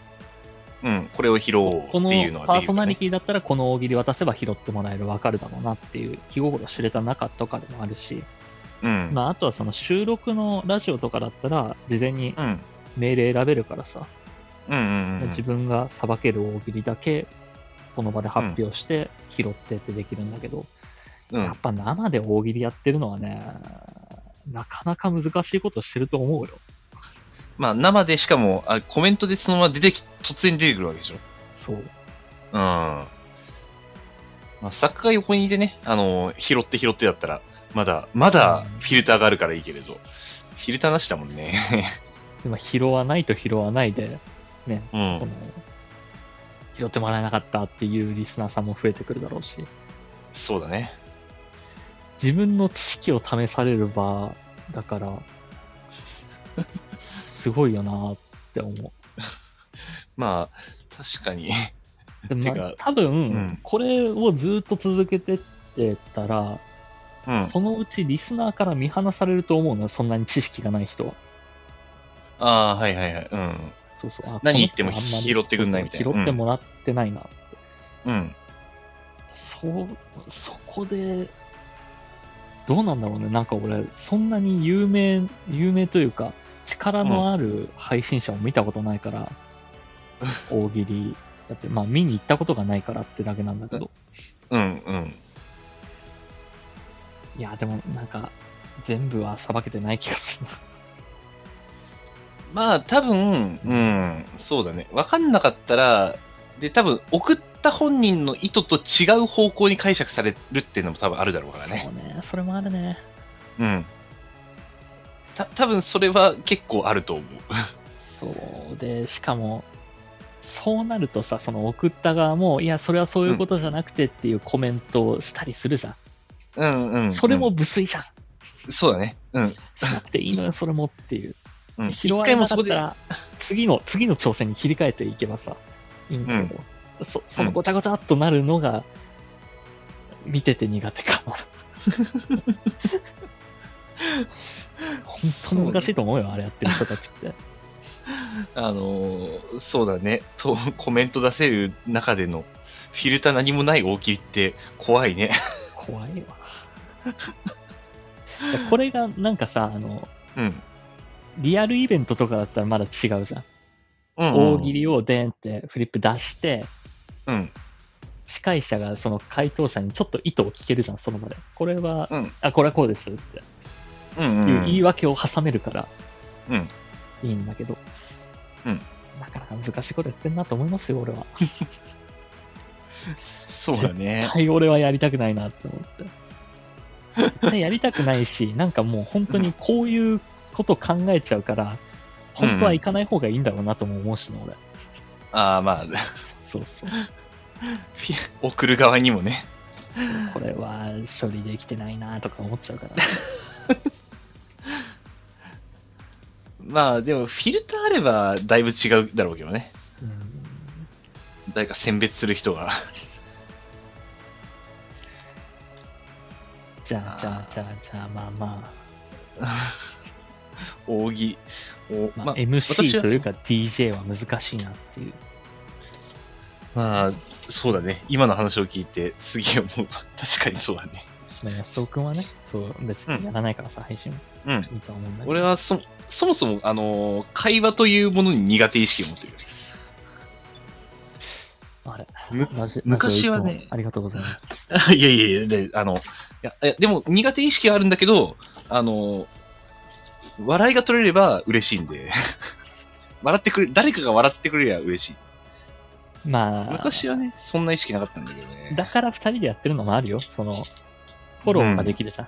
[SPEAKER 2] うん。うん。これを拾おうって
[SPEAKER 1] この
[SPEAKER 2] いうの
[SPEAKER 1] パ
[SPEAKER 2] は
[SPEAKER 1] ー
[SPEAKER 2] でき
[SPEAKER 1] ソ
[SPEAKER 2] る
[SPEAKER 1] ナ
[SPEAKER 2] よ
[SPEAKER 1] リ
[SPEAKER 2] ね。
[SPEAKER 1] ティだったらこの大喜利渡せば拾ってもらえるわかるだろうなっていう気心知れた中とかでもあるし、
[SPEAKER 2] うん。
[SPEAKER 1] まあ、あとはその収録のラジオとかだったら事前に
[SPEAKER 2] うん。
[SPEAKER 1] 命令選べるからさ、
[SPEAKER 2] うんうんうん。
[SPEAKER 1] 自分がさばける大喜利だけその場で発表して拾ってってできるんだけど、
[SPEAKER 2] うん
[SPEAKER 1] やっぱ生で大喜利やってるのはねなかなか難しいことしてると思うよ
[SPEAKER 2] まあ生でしかもあ、コメントでそのまま出てき、突然出てくるわけでしょ。
[SPEAKER 1] そう
[SPEAKER 2] うん。まあ、作家が横にいてね、あの拾って拾ってだったら、まだ、まだフィルターがあるからいいけれど、フィルターなしだもんね。
[SPEAKER 1] でも拾わないと拾わないでね、
[SPEAKER 2] うん
[SPEAKER 1] その拾ってもらえなかったっていうリスナーさんも増えてくるだろうし
[SPEAKER 2] そうだね。
[SPEAKER 1] 自分の知識を試される場だからすごいよなって思う
[SPEAKER 2] まあ、確かに。
[SPEAKER 1] でも
[SPEAKER 2] て
[SPEAKER 1] な
[SPEAKER 2] か
[SPEAKER 1] 多分、
[SPEAKER 2] ん
[SPEAKER 1] これをずっと続けてってたら、
[SPEAKER 2] うん。
[SPEAKER 1] そのうちリスナーから見放されると思うのよそんなに知識がない人は。
[SPEAKER 2] ああー、はいはいはい。うん。
[SPEAKER 1] そうそうあ
[SPEAKER 2] 何言っ
[SPEAKER 1] こ
[SPEAKER 2] て
[SPEAKER 1] の
[SPEAKER 2] も
[SPEAKER 1] 人あんまり
[SPEAKER 2] 拾ってくんないみたいな
[SPEAKER 1] そうそう拾ってもらってないな、
[SPEAKER 2] うん。
[SPEAKER 1] そうそこでどうなんだろうねなんか俺そんなに有名有名というか力のある配信者を見たことない から、大喜利だってまあ見に行ったことがないからってだけなんだけど
[SPEAKER 2] うんうん。
[SPEAKER 1] いや、でもなんか、全部はさばけてない気がするな。
[SPEAKER 2] まあ、多分、うん、そうだね。わかんなかったら、で、多分、送った本人の意図と違う方向に解釈されるっていうのも多分あるだろうから
[SPEAKER 1] そう
[SPEAKER 2] ね。
[SPEAKER 1] ね、それもあるね。
[SPEAKER 2] うん。た多分それは結構あると思う。
[SPEAKER 1] そうで、しかも、そうなるとさ、その送った側も、いや、それはそういうことじゃなくてっていうコメントをしたりするじゃん。
[SPEAKER 2] うんうん、
[SPEAKER 1] それも、無粋じゃん。
[SPEAKER 2] そうだね。うん。
[SPEAKER 1] しなくていいのよ、それもっていう。
[SPEAKER 2] うん、
[SPEAKER 1] 拾
[SPEAKER 2] 一
[SPEAKER 1] わ
[SPEAKER 2] 回
[SPEAKER 1] れ
[SPEAKER 2] も
[SPEAKER 1] な
[SPEAKER 2] そ
[SPEAKER 1] か
[SPEAKER 2] こ
[SPEAKER 1] った
[SPEAKER 2] で、
[SPEAKER 1] ら、次の、次の挑戦に切り替えていけばさ、いいんだけど、そそのごちゃごちゃっとなるのが、見てて苦手か な。本当難しいと思うよ、あれやってる人たちって。
[SPEAKER 2] あのーそうだね。と、コメント出せる中での、フィルター何もない大喜利って怖いね。
[SPEAKER 1] 怖いわ。 いやこれがなんかさ、あの、
[SPEAKER 2] うん。
[SPEAKER 1] リアルイベントとかだったらまだ違うじゃん。
[SPEAKER 2] うんうん
[SPEAKER 1] 大喜利をでんってフリップ出して、
[SPEAKER 2] うん。
[SPEAKER 1] 司会者がその回答者にちょっと意図を聞けるじゃん、その場で。これは、
[SPEAKER 2] うん
[SPEAKER 1] あ、これはこうですって
[SPEAKER 2] うんうんう
[SPEAKER 1] いうん言い訳を挟めるから、
[SPEAKER 2] うん
[SPEAKER 1] いいんだけど、
[SPEAKER 2] うん
[SPEAKER 1] なかなか難しいことやってんなと思いますよ、俺は。
[SPEAKER 2] そうだね。
[SPEAKER 1] はい、俺はやりたくないなって思って。絶対やりたくない し、なんかもう本当にこういうこと考えちゃうから、本当は行かない方がいいんだろうなとも思うしね、俺。
[SPEAKER 2] ああ、まあ、
[SPEAKER 1] そうそう。
[SPEAKER 2] 送る側にもね。
[SPEAKER 1] これは処理できてないなとか思っちゃうから。
[SPEAKER 2] まあ、でも、フィルターあれば、だいぶ違うだろうけどね。
[SPEAKER 1] うん
[SPEAKER 2] 誰か選別する 人が。
[SPEAKER 1] じゃ
[SPEAKER 2] あ
[SPEAKER 1] あ、
[SPEAKER 2] ー
[SPEAKER 1] じゃあ、じゃあ、じゃあ、まあま
[SPEAKER 2] 扇。お
[SPEAKER 1] あ、ま
[SPEAKER 2] ま
[SPEAKER 1] あ、
[SPEAKER 2] あ、私
[SPEAKER 1] MC
[SPEAKER 2] は
[SPEAKER 1] というか DJ は難しいなっていう。
[SPEAKER 2] まあ、そうだね。今の話を聞いて、すげえ思うわ。確かにそうだね。
[SPEAKER 1] まあ、安尾くんはね、そう、別にやらないからさ、配信も
[SPEAKER 2] うん。
[SPEAKER 1] いいとは思うんだけど。
[SPEAKER 2] 俺はそ、そもそも、あのー会話というものに苦手意識を持ってる。
[SPEAKER 1] あれ、
[SPEAKER 2] む
[SPEAKER 1] ラジ
[SPEAKER 2] 昔はね
[SPEAKER 1] ラジオいつもありがとうございます。
[SPEAKER 2] いやいやいや、であのいや、いやでも苦手意識はあるんだけど、あの、笑いが取れれば嬉しいんで、 笑ってくれ、誰かが笑ってくれれば嬉しい。
[SPEAKER 1] まあ、
[SPEAKER 2] 昔はね、そんな意識なかったんだけどね。
[SPEAKER 1] だから二人でやってるのもあるよ。その、フォローができるさ、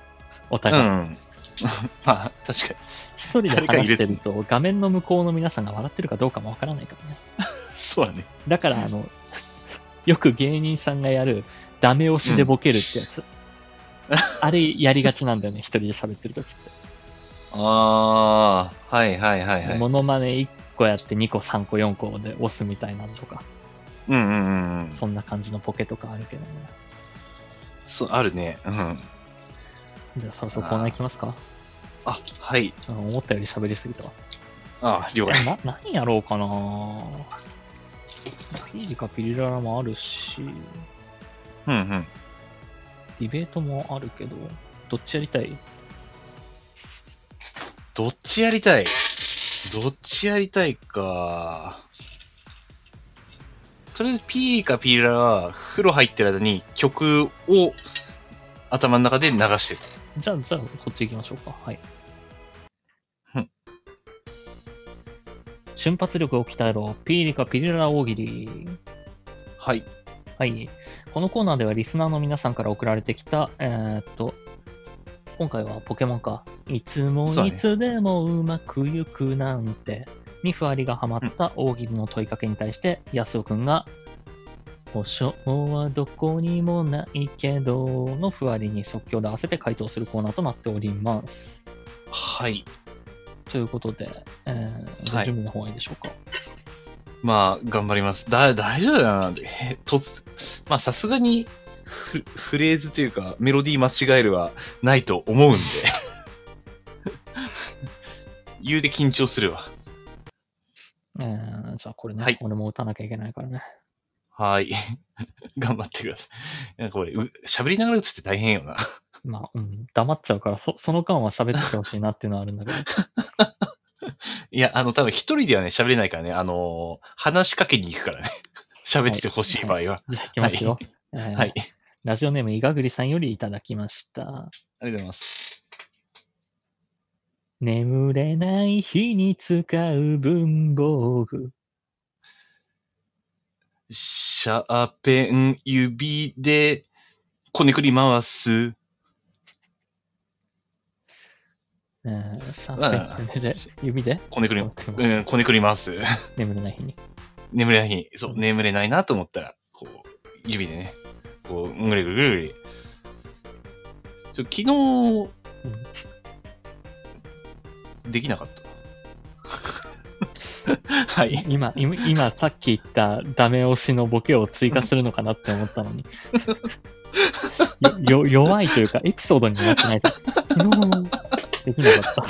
[SPEAKER 1] お
[SPEAKER 2] う
[SPEAKER 1] 互い。
[SPEAKER 2] ん。 まあ、確かに。
[SPEAKER 1] 一人で話してると、画面の向こうの皆さんが笑ってるかどうかもわからないからね。
[SPEAKER 2] そうだね。
[SPEAKER 1] だから、あの、よく芸人さんがやる、ダメ押しでボケるってやつ。あれやりがちなんだよね、一人で喋ってる時って。
[SPEAKER 2] ああ、はいはいはいはい。
[SPEAKER 1] モノマネ1個やって2個、3個、4個で押すみたいなのとか、
[SPEAKER 2] うんうんうんうん。
[SPEAKER 1] そんな感じのボケとかあるけどね。
[SPEAKER 2] そう、あるね。うん。
[SPEAKER 1] じゃあ、そろそろコーナー行きますか。
[SPEAKER 2] あ、はい。
[SPEAKER 1] うん思ったより喋りすぎたわ。
[SPEAKER 2] あ了解。
[SPEAKER 1] な何やろうかなピーリかピリララもあるし、
[SPEAKER 2] うんうん。
[SPEAKER 1] ディベートもあるけど、どっちやりたい
[SPEAKER 2] どっちやりたいどっちやりたいか。とりあえず、ピーかピーラは、風呂入ってる間に曲を頭の中で流してる。
[SPEAKER 1] じゃあ、じゃあ、こっち行きましょうか。はい
[SPEAKER 2] うん。
[SPEAKER 1] 瞬発力を鍛えろ、ピーリかピリララ大喜利。
[SPEAKER 2] はい。
[SPEAKER 1] はい。このコーナーではリスナーの皆さんから送られてきた、えーっと、今回はポケモンか。いつも
[SPEAKER 2] そうだ
[SPEAKER 1] い
[SPEAKER 2] ね
[SPEAKER 1] つでもうまくゆくなんて、にふわりがハマった大喜利の問いかけに対して、安尾くんが、保証はどこにもないけど、のふわりに即興で合わせて回答するコーナーとなっております。
[SPEAKER 2] はい。
[SPEAKER 1] ということで、えーご
[SPEAKER 2] はい
[SPEAKER 1] 準備の方はいいでしょうか。
[SPEAKER 2] まあ、頑張ります。だ、大丈夫だな。え突、まあ、さすがにフ、フレーズというか、メロディー間違えるはないと思うん で。言うで緊張するわ。
[SPEAKER 1] えーじゃあこれね、
[SPEAKER 2] はい
[SPEAKER 1] 俺も打たなきゃいけないからね。
[SPEAKER 2] はい。頑張ってください。なんかこれ、う喋りながら打つって大変よな。
[SPEAKER 1] まあ、うん、黙っちゃうから、そその間は喋っててほしいなっていうのはあるん だけど。
[SPEAKER 2] いや、あの、多分一人ではね、喋れないからね、あのー話しかけに行くからね。喋っててほしい場合は。は
[SPEAKER 1] じゃあ、いきますよ。え
[SPEAKER 2] い。
[SPEAKER 1] ーラジオネーム、いがぐりさんよりいただきました。
[SPEAKER 2] ありがとうございます。
[SPEAKER 1] 眠れない日に使う文房具。
[SPEAKER 2] シャーペン指で、こねくり回す。
[SPEAKER 1] えー、さ
[SPEAKER 2] あー
[SPEAKER 1] 手で指で
[SPEAKER 2] こねくり、
[SPEAKER 1] こうやってます
[SPEAKER 2] うん、こねくり回す。
[SPEAKER 1] 眠れない日に。
[SPEAKER 2] 眠れない日に、そう、眠れないなと思ったら、こう、指でね、こう、ぐりぐりぐりぐり。ちょ昨日、できなかった。 はい。
[SPEAKER 1] 今、今、今さっき言ったダメ押しのボケを追加するのかなって思ったの に。よよ弱いというか、エピソードにもなってないぞ。昨日できなかった。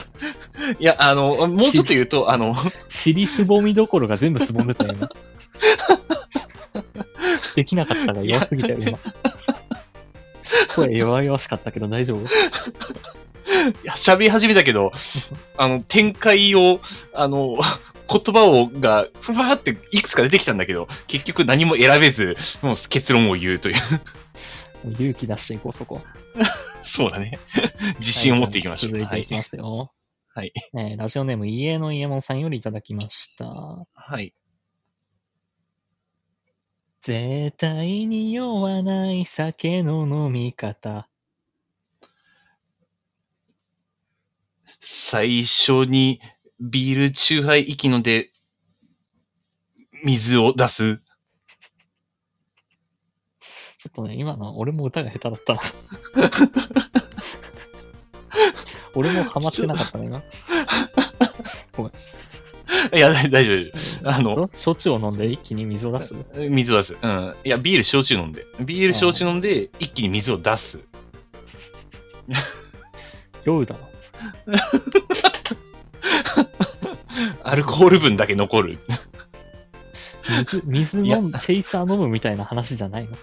[SPEAKER 2] いや、あの、もうちょっと言うと、あの、
[SPEAKER 1] 尻すぼみどころが全部すぼんでたよ、 今。できなかったが弱すぎたよ、今。声弱々しかったけど大丈夫
[SPEAKER 2] いや喋り始めたけど、あの、展開を、あの、言葉を、が、ふわーっていくつか出てきたんだけど、結局何も選べず、もう結論を言うという。
[SPEAKER 1] もう勇気出していこう、そこ。
[SPEAKER 2] そうだね。自信を持っていきましょう。。
[SPEAKER 1] はいじゃあ続いていきますすよ。
[SPEAKER 2] はい
[SPEAKER 1] えーラジオネーム、家の家門さんよりいただきました。
[SPEAKER 2] はい。
[SPEAKER 1] 絶対に酔わない酒の飲み方。
[SPEAKER 2] 最初にビールチューハイ息ので水を出す。
[SPEAKER 1] ちょっとね、今の俺も歌が下手だった な。俺もハマってなかったね、今。ごめん。
[SPEAKER 2] いや、大大丈夫大丈夫。あの、
[SPEAKER 1] と焼酎を飲んで一気に水を出す。
[SPEAKER 2] 水を出す。うん。いや、ビール焼酎飲んで。ビール焼酎飲んで、一気に水を出す。
[SPEAKER 1] 酔うだろ。
[SPEAKER 2] アルコール分だけ残る。
[SPEAKER 1] 水、水飲ん、チェイサー飲むみたいな話じゃないの。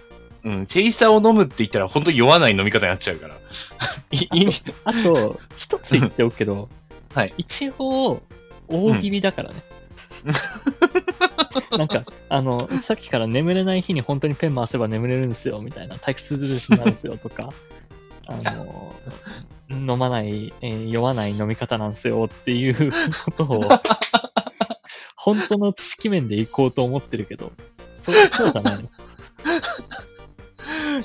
[SPEAKER 2] うん。チェイサーを飲むって言ったら、本当に酔わない飲み方になっちゃうから。 い意味、
[SPEAKER 1] あと、一つ言っておくけど、
[SPEAKER 2] はい
[SPEAKER 1] 一応、大喜利だからね。なんか、あの、さっきから眠れない日に本当にペン回せば眠れるんですよ、みたいな、退屈印になるんですよ、と か、あの、飲まない、えー酔わない飲み方なんですよ、っていうこと を、本当の知識面でいこうと思ってるけど、そそうじゃないの。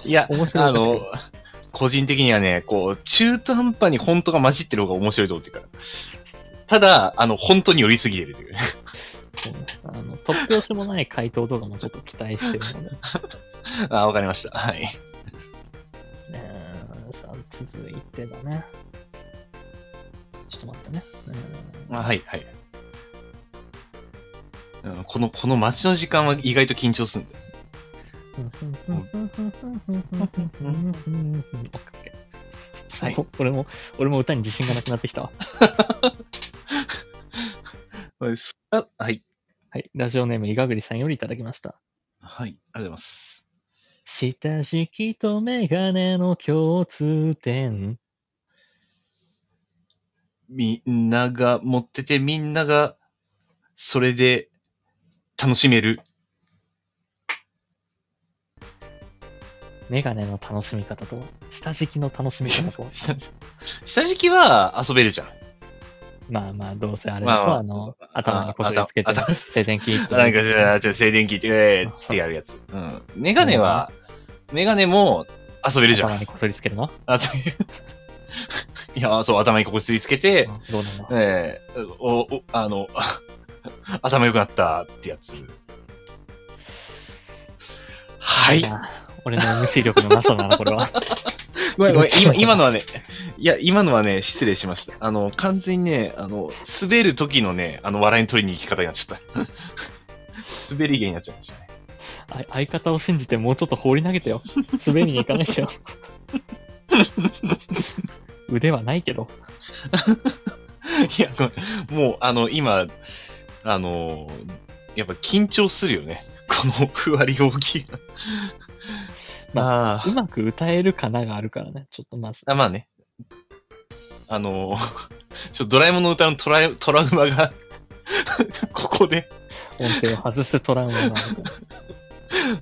[SPEAKER 2] いや、
[SPEAKER 1] 面白い
[SPEAKER 2] あ
[SPEAKER 1] です
[SPEAKER 2] の、個人的にはね、こう、中途半端に本当が混じってる方が面白いと思ってるから。ただ、あの、本当に寄りすぎてるという。
[SPEAKER 1] そうねあの突拍子もない回答動画もちょっと期待してるので。
[SPEAKER 2] あ、わかりました。はい。
[SPEAKER 1] うーんさあ、続いてだね。ちょっと待ってね。うーん
[SPEAKER 2] あはい、はい。うんこの、この待ちの時間は意外と緊張するんだよ。
[SPEAKER 1] OK そう俺も、俺も歌に自信がなくなってきたわ。
[SPEAKER 2] あはい。
[SPEAKER 1] はい。ラジオネーム、いがぐりさんよりいただきました。
[SPEAKER 2] はい。ありがとうございます。
[SPEAKER 1] 下敷きとメガネの共通点。
[SPEAKER 2] みんなが持ってて、みんなが、それで、楽しめる。
[SPEAKER 1] メガネの楽しみ方とは、下敷きの楽しみ方とは。
[SPEAKER 2] 下 下敷きは遊べるじゃん。
[SPEAKER 1] まあまあ、どうせあれでしょ、
[SPEAKER 2] まあまあ
[SPEAKER 1] あの、頭にこすりつけて
[SPEAKER 2] あ頭、
[SPEAKER 1] 静電気一個
[SPEAKER 2] なん
[SPEAKER 1] で
[SPEAKER 2] か、じゃあ、じゃあ静電気って、えーってやるやつ。うん。メガネは、メガネも遊べるじゃ
[SPEAKER 1] 頭
[SPEAKER 2] ん。
[SPEAKER 1] にこすりつけるの
[SPEAKER 2] あといや、そう、 頭にここすりつけて、
[SPEAKER 1] どうなの
[SPEAKER 2] えー、お、お、あの、頭良くなったってやつ。はい。
[SPEAKER 1] や俺の MC 力のなさだな、これ は。
[SPEAKER 2] ごめんごめん、今、今のはね、いや、今のはね、失礼しました。あの、完全にね、あの、滑る時のね、あの、笑いの取りに行き方になっちゃった。 滑り芸になっちゃいましたね。
[SPEAKER 1] あ相方を信じてもうちょっと放り投げてよ。滑りに行かないで よ。腕はないけど。
[SPEAKER 2] いや、ごめんもう、あの、今、あの、やっぱ緊張するよね。このふわり大きい。ま
[SPEAKER 1] うまく歌えるかながあるからね。ちょっとまず。
[SPEAKER 2] あ、まあね。あの、ちょっとドラえもんの歌のトライトラウマが、ここで、
[SPEAKER 1] 音程を外すトラウマがあるから。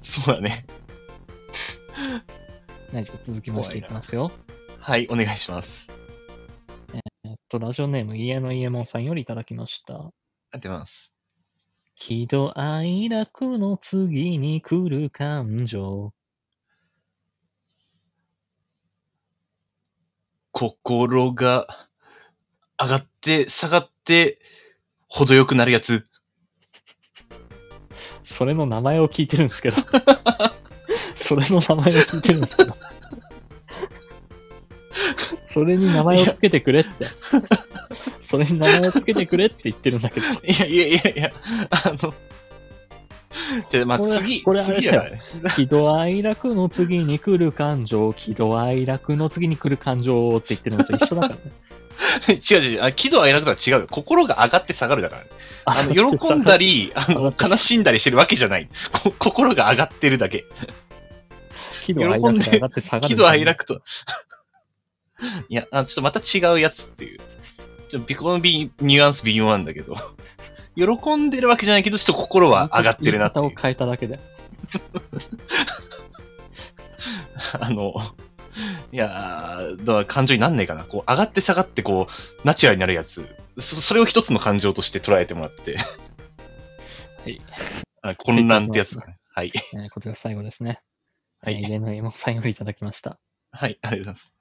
[SPEAKER 2] そうだね。
[SPEAKER 1] はいじゃあ続きましていきますよ。
[SPEAKER 2] はい、お願いします。
[SPEAKER 1] えっと、ラジオネーム、家の家門さんよりいただきました。
[SPEAKER 2] ありがとうございます。
[SPEAKER 1] 喜怒哀楽の次に来る感情。
[SPEAKER 2] 心が上がって、下がって、程よくなるやつ。
[SPEAKER 1] それの名前を聞いてるんですけど。 それの名前を聞いてるんですけど。それに名前をつけてくれって。それに名前をつけてくれって言ってるんだけ ど。
[SPEAKER 2] いやいやいやいや、あの、 じゃあ、まあ
[SPEAKER 1] これ
[SPEAKER 2] 次、
[SPEAKER 1] これあれ
[SPEAKER 2] 次
[SPEAKER 1] だよ
[SPEAKER 2] やからね。
[SPEAKER 1] 喜怒哀楽の次に来る感情、喜怒哀楽の次に来る感情って言ってるのと一緒だからね。
[SPEAKER 2] 違う違う、あ喜怒哀楽とは違うよ。心が上がって下がるだからね。あの、
[SPEAKER 1] だってさ
[SPEAKER 2] 喜んだり、あ
[SPEAKER 1] 上が
[SPEAKER 2] の、
[SPEAKER 1] って
[SPEAKER 2] 悲しんだりしてるわけじゃない。こ心が上がってるだけ。
[SPEAKER 1] 喜怒哀楽が上がって下がる。
[SPEAKER 2] 喜怒哀。楽と。 いや、あちょっとまた違うやつっていう。ちょっと、このびニュアンス微妙なんだけど。 喜んでるわけじゃないけど、ちょっと心は上がってるなってい
[SPEAKER 1] 言
[SPEAKER 2] う
[SPEAKER 1] い方を変えただけで。
[SPEAKER 2] あの、いやー、だから感情になんないかな。こう、上がって下がって、こう、ナチュラルになるやつ。そそれを一つの感情として捉えてもらって、
[SPEAKER 1] はい。
[SPEAKER 2] あ混乱ってやつだね。はい。
[SPEAKER 1] えーこちら最後ですね。
[SPEAKER 2] は
[SPEAKER 1] えー
[SPEAKER 2] い。
[SPEAKER 1] ゲームエモさんよりいただきました。
[SPEAKER 2] はい、ありがとうございます。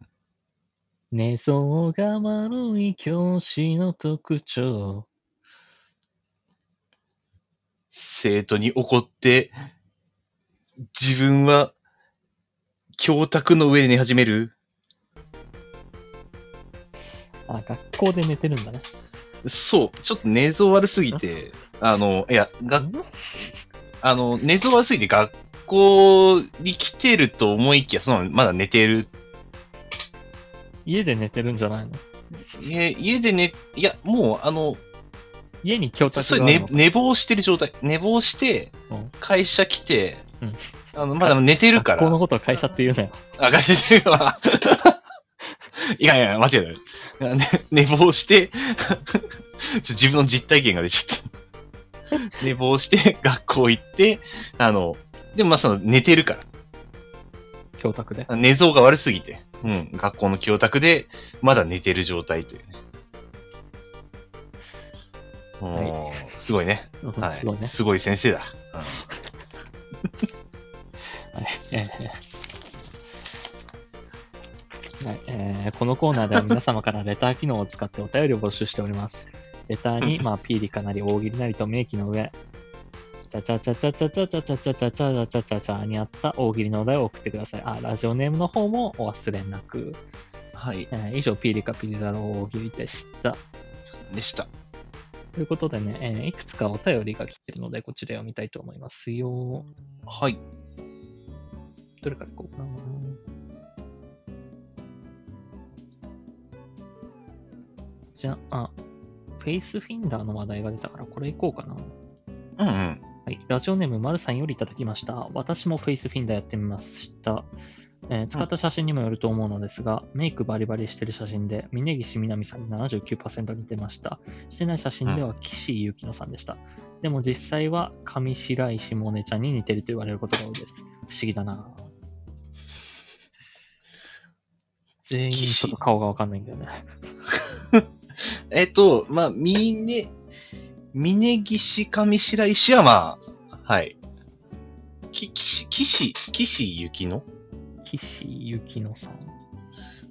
[SPEAKER 1] 寝相が悪い教師の特徴。
[SPEAKER 2] 生徒に怒って、自分は、教卓の上で寝始める。
[SPEAKER 1] あ、学校で寝てるんだね。
[SPEAKER 2] そう、ちょっと寝相悪すぎて、あの、いや、が、あの、寝相悪すぎて学校に来てると思いきや、その、まだ寝てる。
[SPEAKER 1] 家で寝てるんじゃないの
[SPEAKER 2] え家で寝、いや、もう、あの、
[SPEAKER 1] 家に教
[SPEAKER 2] そ
[SPEAKER 1] 託
[SPEAKER 2] れ
[SPEAKER 1] があるの
[SPEAKER 2] 寝
[SPEAKER 1] か
[SPEAKER 2] 寝坊してる状態。寝坊して
[SPEAKER 1] うん、
[SPEAKER 2] 会社来て、
[SPEAKER 1] うん
[SPEAKER 2] あのまだ寝てるか
[SPEAKER 1] 学校の
[SPEAKER 2] ら。
[SPEAKER 1] ことを会社って言うなよ。
[SPEAKER 2] あ、会社中は。いやいや、間違いない。ね寝坊して、ちょ自分の実体験が出ちゃった。寝坊して、学校行って、あの、でもまあその寝てるか
[SPEAKER 1] 教託で。
[SPEAKER 2] ら。寝相が悪すぎて。うん、学校の教託で、まだ寝てる状態というね。
[SPEAKER 1] い
[SPEAKER 2] おーすごいね。
[SPEAKER 1] うんすごいね。
[SPEAKER 2] すごい先生だ。うん
[SPEAKER 1] はいえーはいえーこのコーナーでは皆様からレター機能を使ってお便りを募集しております。レターに、まあ、ピーリかなり大喜利なりと明記の上、ちゃちゃちゃちゃちゃちゃちゃちゃちゃちゃちゃちゃちゃちゃにあった大喜利のお題を送ってください。あ、ラジオネームの方もお忘れなく。
[SPEAKER 2] はい、
[SPEAKER 1] えー以上、ピーリかピリザロ大喜利でした。
[SPEAKER 2] でした。
[SPEAKER 1] ということでね、えーいくつかお便りが来てるので、こちら読みたいと思いますよ。
[SPEAKER 2] はい。
[SPEAKER 1] どれからいこうかな。じゃあ、フェイスフィンダーの話題が出たから、これいこうかな。
[SPEAKER 2] うんうん。
[SPEAKER 1] はい、ラジオネームまるさんよりいただきました。私もフェイスフィンダーやってみました。えー使った写真にもよると思うのですが、メイクバリバリしてる写真で、峯岸みなみさんに79%似てました。してない写真では岸井ゆきのさんでした。でも実際は上白石萌音ちゃんに似てると言われることが多いです。不思議だなぁ全員ちょっと顔がわかんないんだよね。
[SPEAKER 2] えっと、まあ、みね、峰岸上白石はまあ、はい。き、岸、岸、岸ゆきの
[SPEAKER 1] 岸井ゆきのさん。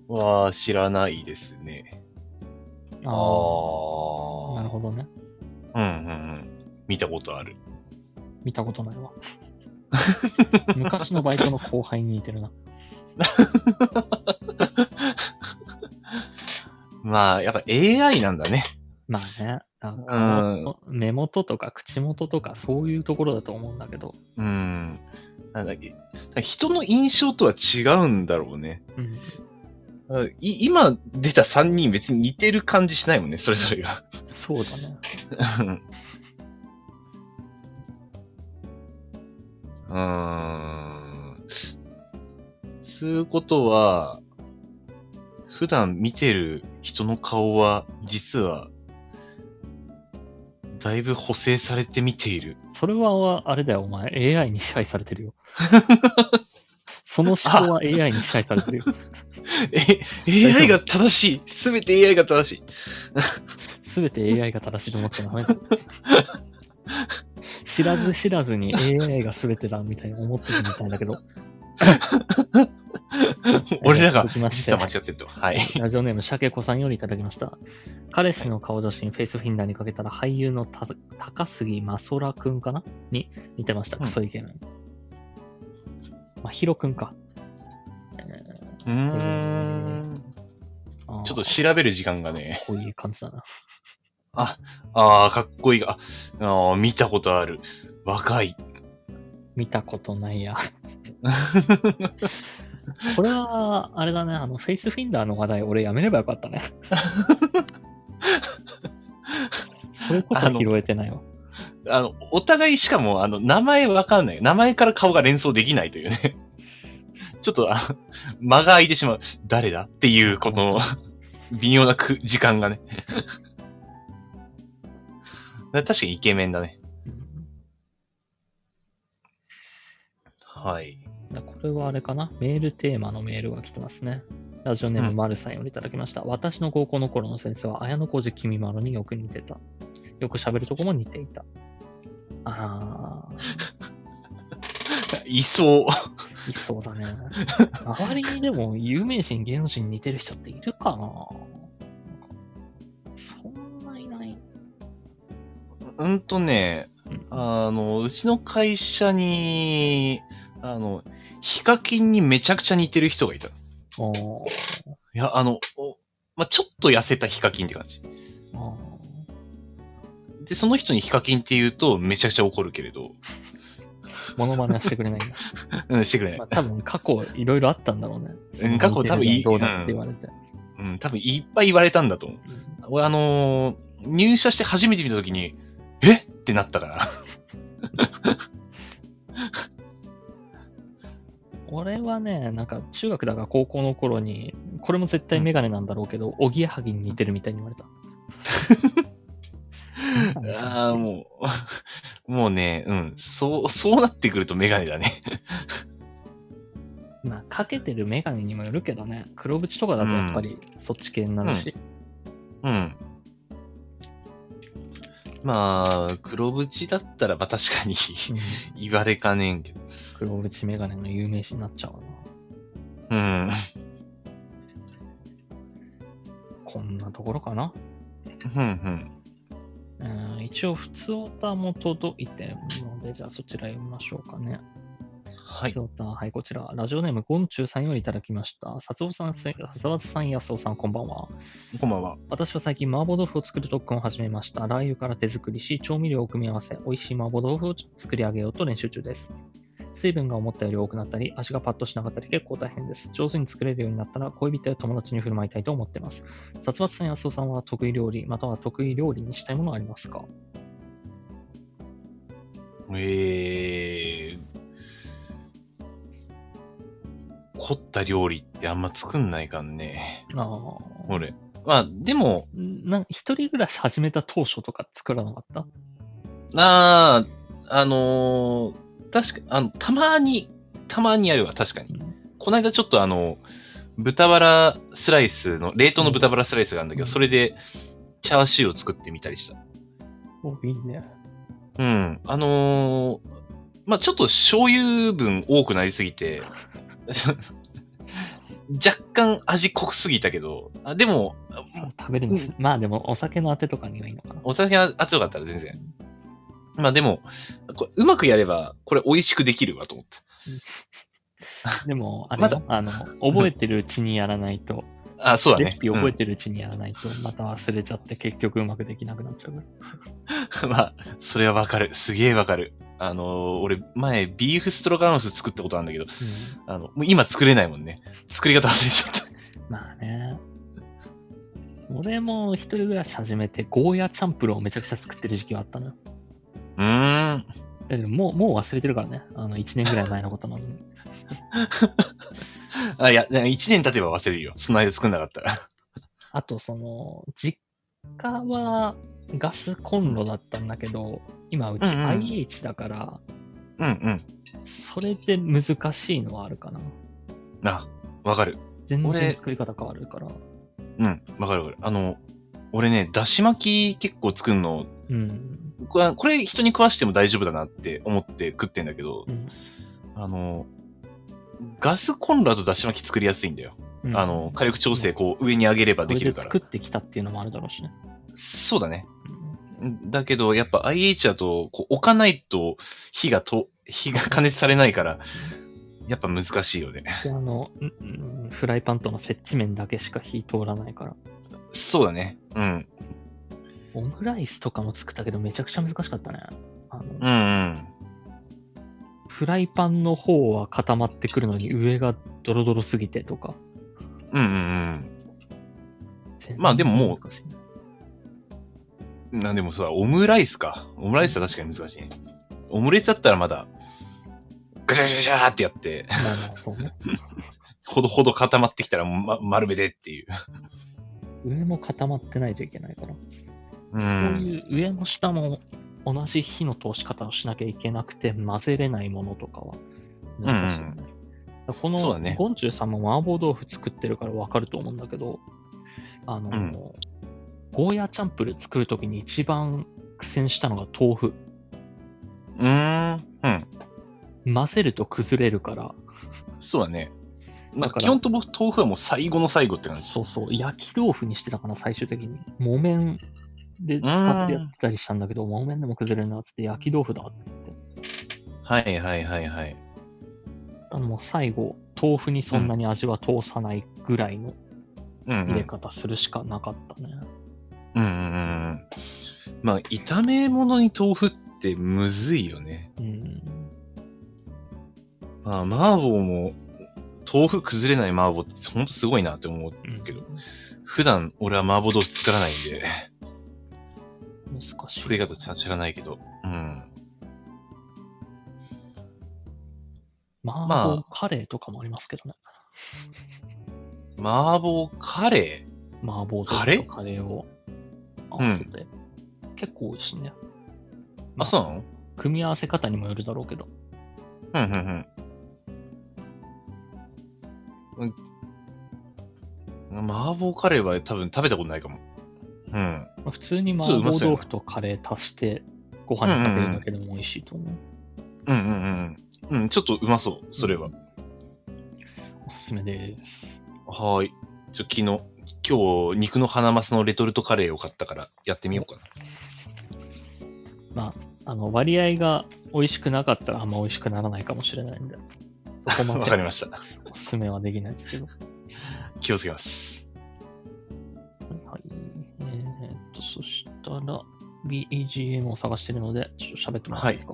[SPEAKER 2] は知らないですね。
[SPEAKER 1] あ
[SPEAKER 2] ああ
[SPEAKER 1] ーなるほど
[SPEAKER 2] ど。
[SPEAKER 1] ね。
[SPEAKER 2] うんうんうん。見たことある。
[SPEAKER 1] 見たことないわ。 昔のバイトの後輩に似てるな。
[SPEAKER 2] まあ、やっぱ AI なんだね。
[SPEAKER 1] まあね、なんか目元とか口元とかそういうところだと思うんだけど、
[SPEAKER 2] うん。なんだっけ。だから人の印象とは違うんだろうね。
[SPEAKER 1] うん、
[SPEAKER 2] あい今出た3人別に似てる感じしないもんね、それぞれが。
[SPEAKER 1] そうだね。
[SPEAKER 2] うんうーん。つうことは、普段見てる人の顔は、実は、だいぶ補正されて見ている。
[SPEAKER 1] それは、あれだよ、お前、AI に支配されてる よ。その思考は AI に支配されてるよ。
[SPEAKER 2] え、AI が正しいすべて AI が正しい
[SPEAKER 1] すべて AI が正しいと思っちゃダ メだ。知らず知らずに AI がすべてだみたいに思ってるみたいだけど、
[SPEAKER 2] 俺らが
[SPEAKER 1] 続きまして
[SPEAKER 2] 実は間違ってると。はい。
[SPEAKER 1] ラジオネーム、シャケ子さんよりいただきました。彼氏の顔写真、フェイスフィンダーにかけたら、俳優のた高杉真空くんかなに似てました。
[SPEAKER 2] うん
[SPEAKER 1] クソイケメン。まあ、ヒロくんか。
[SPEAKER 2] うーん。
[SPEAKER 1] あー
[SPEAKER 2] ちょっと調べる時間がね。
[SPEAKER 1] こういう感じだな。
[SPEAKER 2] あ、ああ、かっこいいが、ああー、見たことある。若い。
[SPEAKER 1] 見たことない や。これは、あれだね、あの、フェイスフィンダーの話題、俺やめればよかった ね。それこそ拾えてないわ。
[SPEAKER 2] あの、お互いしかも、あの、名前わかんない。名前から顔が連想できないというね。 ちょっと、あ間が空いてしまう。誰だっていう、この、微妙なく時間がね。 確かにイケメンだね。
[SPEAKER 1] うん
[SPEAKER 2] はい。
[SPEAKER 1] だこれはあれかなメールテーマのメールが来てますね。ラジオネーム
[SPEAKER 2] うん
[SPEAKER 1] マルさんよりいただきました。私の高校の頃の先生は綾小路君まろによく似てた。よく喋るとこも似ていた。ああ。
[SPEAKER 2] いそう。
[SPEAKER 1] いそうだ ね。周りにでも有名人、芸能人に似てる人っているかなそんないない。
[SPEAKER 2] うんとね、
[SPEAKER 1] うん
[SPEAKER 2] あの、うちの会社に、あの、ヒカキンにめちゃくちゃ似てる人がいた。い
[SPEAKER 1] おー
[SPEAKER 2] や、あの、おまあ、ちょっと痩せたヒカキンって感じ。
[SPEAKER 1] あ
[SPEAKER 2] で、その人にヒカキンって言うとめちゃくちゃ怒るけれど、
[SPEAKER 1] ーモノマネはして くれないんだ。
[SPEAKER 2] うん、してくれない。
[SPEAKER 1] まあ、多分過去いろいろあったんだろうね。その
[SPEAKER 2] 過去多分い
[SPEAKER 1] 似てるじゃんどうだって言われて。
[SPEAKER 2] うん、多分いっぱい言われたんだと思う。
[SPEAKER 1] うん
[SPEAKER 2] 俺、あのー入社して初めて見たときに、えってなったから。
[SPEAKER 1] 俺はね、なんか中学だか高校の頃に、これも絶対メガネなんだろうけど、おぎやはぎに似てるみたいに言わ れた。
[SPEAKER 2] ああ、もう、 もうね、うん、そう、そうなってくるとメガネだね。
[SPEAKER 1] まあ、かけてるメガネにもよるけどね、黒縁とかだとやっぱりそっち系になるし、
[SPEAKER 2] うん。まあ、黒縁だったら、まあ確か
[SPEAKER 1] う
[SPEAKER 2] に
[SPEAKER 1] ん
[SPEAKER 2] 言われかねえんけど。
[SPEAKER 1] 黒縁メガネの有名人になっちゃうわな。
[SPEAKER 2] うん。
[SPEAKER 1] こんなところかな。
[SPEAKER 2] うんうん。
[SPEAKER 1] うん、一応、普通オタも届いてるので、じゃあそちら読みましょうかね。
[SPEAKER 2] はい。
[SPEAKER 1] ゾータンはい、こちら、ラジオネーム、ゴンチュウさんよりいただきました。さつおさん、せさつわさん、やすおさん、こんばんは。
[SPEAKER 2] こんばんは。
[SPEAKER 1] 私は最近、麻婆豆腐を作る特訓を始めました。ラー油から手作りし、調味料を組み合わせ、美味しい麻婆豆腐を作り上げようと練習中です。水分が思ったより多くなったり、足がパッとしなかったり、結構大変です。上手に作れるようになったら、恋人や友達に振る舞いたいと思ってます。さつわさん、やすおさんは得意料理、または得意料理にしたいものはありますか
[SPEAKER 2] えー。凝った料理ってあんま作んないかんね。
[SPEAKER 1] ああ。
[SPEAKER 2] 俺。まあ、でも、
[SPEAKER 1] な一人暮らし始めた当初とか作らなかった
[SPEAKER 2] ああ、あのー確か、あの、たまに、たまにやるわ、確かに。この間ちょっとあの、豚バラスライスの、冷凍の豚バラスライスがあるんだけど、
[SPEAKER 1] うん
[SPEAKER 2] それで、チャーシューを作ってみたりした。
[SPEAKER 1] お、いいね。
[SPEAKER 2] うん。あのーまあちょっと醤油分多くなりすぎて、 若干味濃くすぎたけど、あでも、
[SPEAKER 1] 食べるの、まあでもお酒のあてとかにはいいのかな。
[SPEAKER 2] お酒が熱かったら全然。まあでも、これうまくやれば、これ美味しくできるわと思った。
[SPEAKER 1] でも、あれ、
[SPEAKER 2] まだ
[SPEAKER 1] あの、覚えてるうちにやらないと、
[SPEAKER 2] あ、 そうだね。
[SPEAKER 1] レシピ覚え
[SPEAKER 2] て、
[SPEAKER 1] てるうちにやらないと、また忘れちゃって結局うまくできなくなっちゃうから。
[SPEAKER 2] うん まあ、それはわかる。すげえわかる。あのー俺、前、ビーフストロガノフ作ったことあるんだけど、あの、もう今作れないもんね。作り方忘れちゃった。
[SPEAKER 1] うんまあね。俺も一人暮らし始めて、ゴーヤチャンプルーをめちゃくちゃ作ってる時期はあったのよ。
[SPEAKER 2] うーん。
[SPEAKER 1] だけど、もう、もう忘れてるからね。あの、1年ぐらい前のことなの に。
[SPEAKER 2] あ、いや、一年経てば忘れるよ。その間作んなかったら。
[SPEAKER 1] あと、その、実家はガスコンロだったんだけど、今うち
[SPEAKER 2] うんうん
[SPEAKER 1] IH だから、
[SPEAKER 2] うん
[SPEAKER 1] それで難しいのはあるかな。
[SPEAKER 2] うん。あ、わかる。
[SPEAKER 1] 全然
[SPEAKER 2] 俺
[SPEAKER 1] 作り方変わるから。
[SPEAKER 2] うん、わかるわかる。あの、俺ね、だし巻き結構作るの、
[SPEAKER 1] うん。
[SPEAKER 2] これこれ人に食わしても大丈夫だなって思って食ってんだけど
[SPEAKER 1] う、ん
[SPEAKER 2] あの、ガスコンロだとだし巻き作りやすいんだよ。
[SPEAKER 1] うん
[SPEAKER 2] あの、火力調整こう上に上げれば
[SPEAKER 1] そ
[SPEAKER 2] で
[SPEAKER 1] れ
[SPEAKER 2] きる
[SPEAKER 1] で
[SPEAKER 2] から
[SPEAKER 1] 作。ってきたっていうのもあるだろうしね。
[SPEAKER 2] そうだね。
[SPEAKER 1] うん
[SPEAKER 2] だけど、やっぱ IH だと、こう置かないと火がと、火が加熱されないから、やっぱ難しいよね。
[SPEAKER 1] であの、うんうんフライパンとの接地面だけしか火通らないから。
[SPEAKER 2] そうだね。うん。
[SPEAKER 1] オムライスとかも作ったけどめちゃくちゃ難しかったね。あの
[SPEAKER 2] うんうん。
[SPEAKER 1] フライパンの方は固まってくるのに上がドロドロすぎてとか。
[SPEAKER 2] うんうんまあでももう
[SPEAKER 1] 全然難しいね
[SPEAKER 2] うん。なんでもさ、オムライスか。オムライスは確かに難しいね。オムレツだったらまだ、ガシャガシャガシャーってやって、
[SPEAKER 1] まあまあそうね。
[SPEAKER 2] ほどほど固まってきたら、ま、丸めてっていう。
[SPEAKER 1] 上も固まってないといけないから、
[SPEAKER 2] う。
[SPEAKER 1] そうんいう上も下も同じ火の通し方をしなきゃいけなくて混ぜれないものとかは難しいよね。だからこ
[SPEAKER 2] そう
[SPEAKER 1] の、
[SPEAKER 2] だね
[SPEAKER 1] ゴンチュウさんも麻婆豆腐作ってるから分かると思うんだけど、あの、
[SPEAKER 2] うん
[SPEAKER 1] ゴーヤチャンプルー作るときに一番苦戦したのが豆腐。
[SPEAKER 2] うーん。うん。
[SPEAKER 1] 混ぜると崩れるから、
[SPEAKER 2] そうだね。ま
[SPEAKER 1] だ
[SPEAKER 2] あ、
[SPEAKER 1] から
[SPEAKER 2] 基本と僕、豆腐はもう最後の最後って感じ。
[SPEAKER 1] そうそう、焼き豆腐にしてたかな、最終的に。木綿で使ってやってたりしたんだけど、木綿でも崩れるなっつって、焼き豆腐だって。
[SPEAKER 2] はいはいはいはい。
[SPEAKER 1] もう最後、豆腐にそんなに味は通さないぐらいの
[SPEAKER 2] うん、うん。
[SPEAKER 1] 入れ方するしかなかったね。
[SPEAKER 2] うんうんうんうん。まあ、炒め物に豆腐ってむずいよね。
[SPEAKER 1] うん。
[SPEAKER 2] まあ、麻婆も、豆腐崩れない麻婆ってほんとすごいなって思うけど、普段俺は麻婆豆腐作らないんで、
[SPEAKER 1] 難しい。
[SPEAKER 2] 作り方ちゃんと知らないけど。うん。
[SPEAKER 1] ま
[SPEAKER 2] まあ
[SPEAKER 1] あ、カレーとかもありますけどね。
[SPEAKER 2] 麻婆カレー
[SPEAKER 1] 麻婆豆
[SPEAKER 2] カレ
[SPEAKER 1] 腐
[SPEAKER 2] ー
[SPEAKER 1] とカレーを合わせて。結構美味しいね。
[SPEAKER 2] あ、そうなの
[SPEAKER 1] 組み合わせ方にもよるだろうけど。
[SPEAKER 2] うんうんうんうん。麻婆カレーは多分食べたことないかも。うん。
[SPEAKER 1] まあ普通に麻
[SPEAKER 2] そうう
[SPEAKER 1] 婆
[SPEAKER 2] まそう
[SPEAKER 1] 豆腐とカレー足してご飯にかけるだけでも美味しいと思う。
[SPEAKER 2] うんうんうん。うん、ちょっとうまそう、それは。
[SPEAKER 1] おすすめです。
[SPEAKER 2] はーい。ちょ、昨日、今日、肉のハナマスのレトルトカレーを買ったから、やってみようか
[SPEAKER 1] まあ、あの割合が美味しくなかったらあんま美味しくならないかもしれないんで、そこ
[SPEAKER 2] な。
[SPEAKER 1] ま
[SPEAKER 2] わかり
[SPEAKER 1] で
[SPEAKER 2] ました。
[SPEAKER 1] おすすめはできないですけど。
[SPEAKER 2] 気をつけます。
[SPEAKER 1] はい。えーっと、そしたら、BGM を探してるので、ちょっと喋ってもらっていいですか、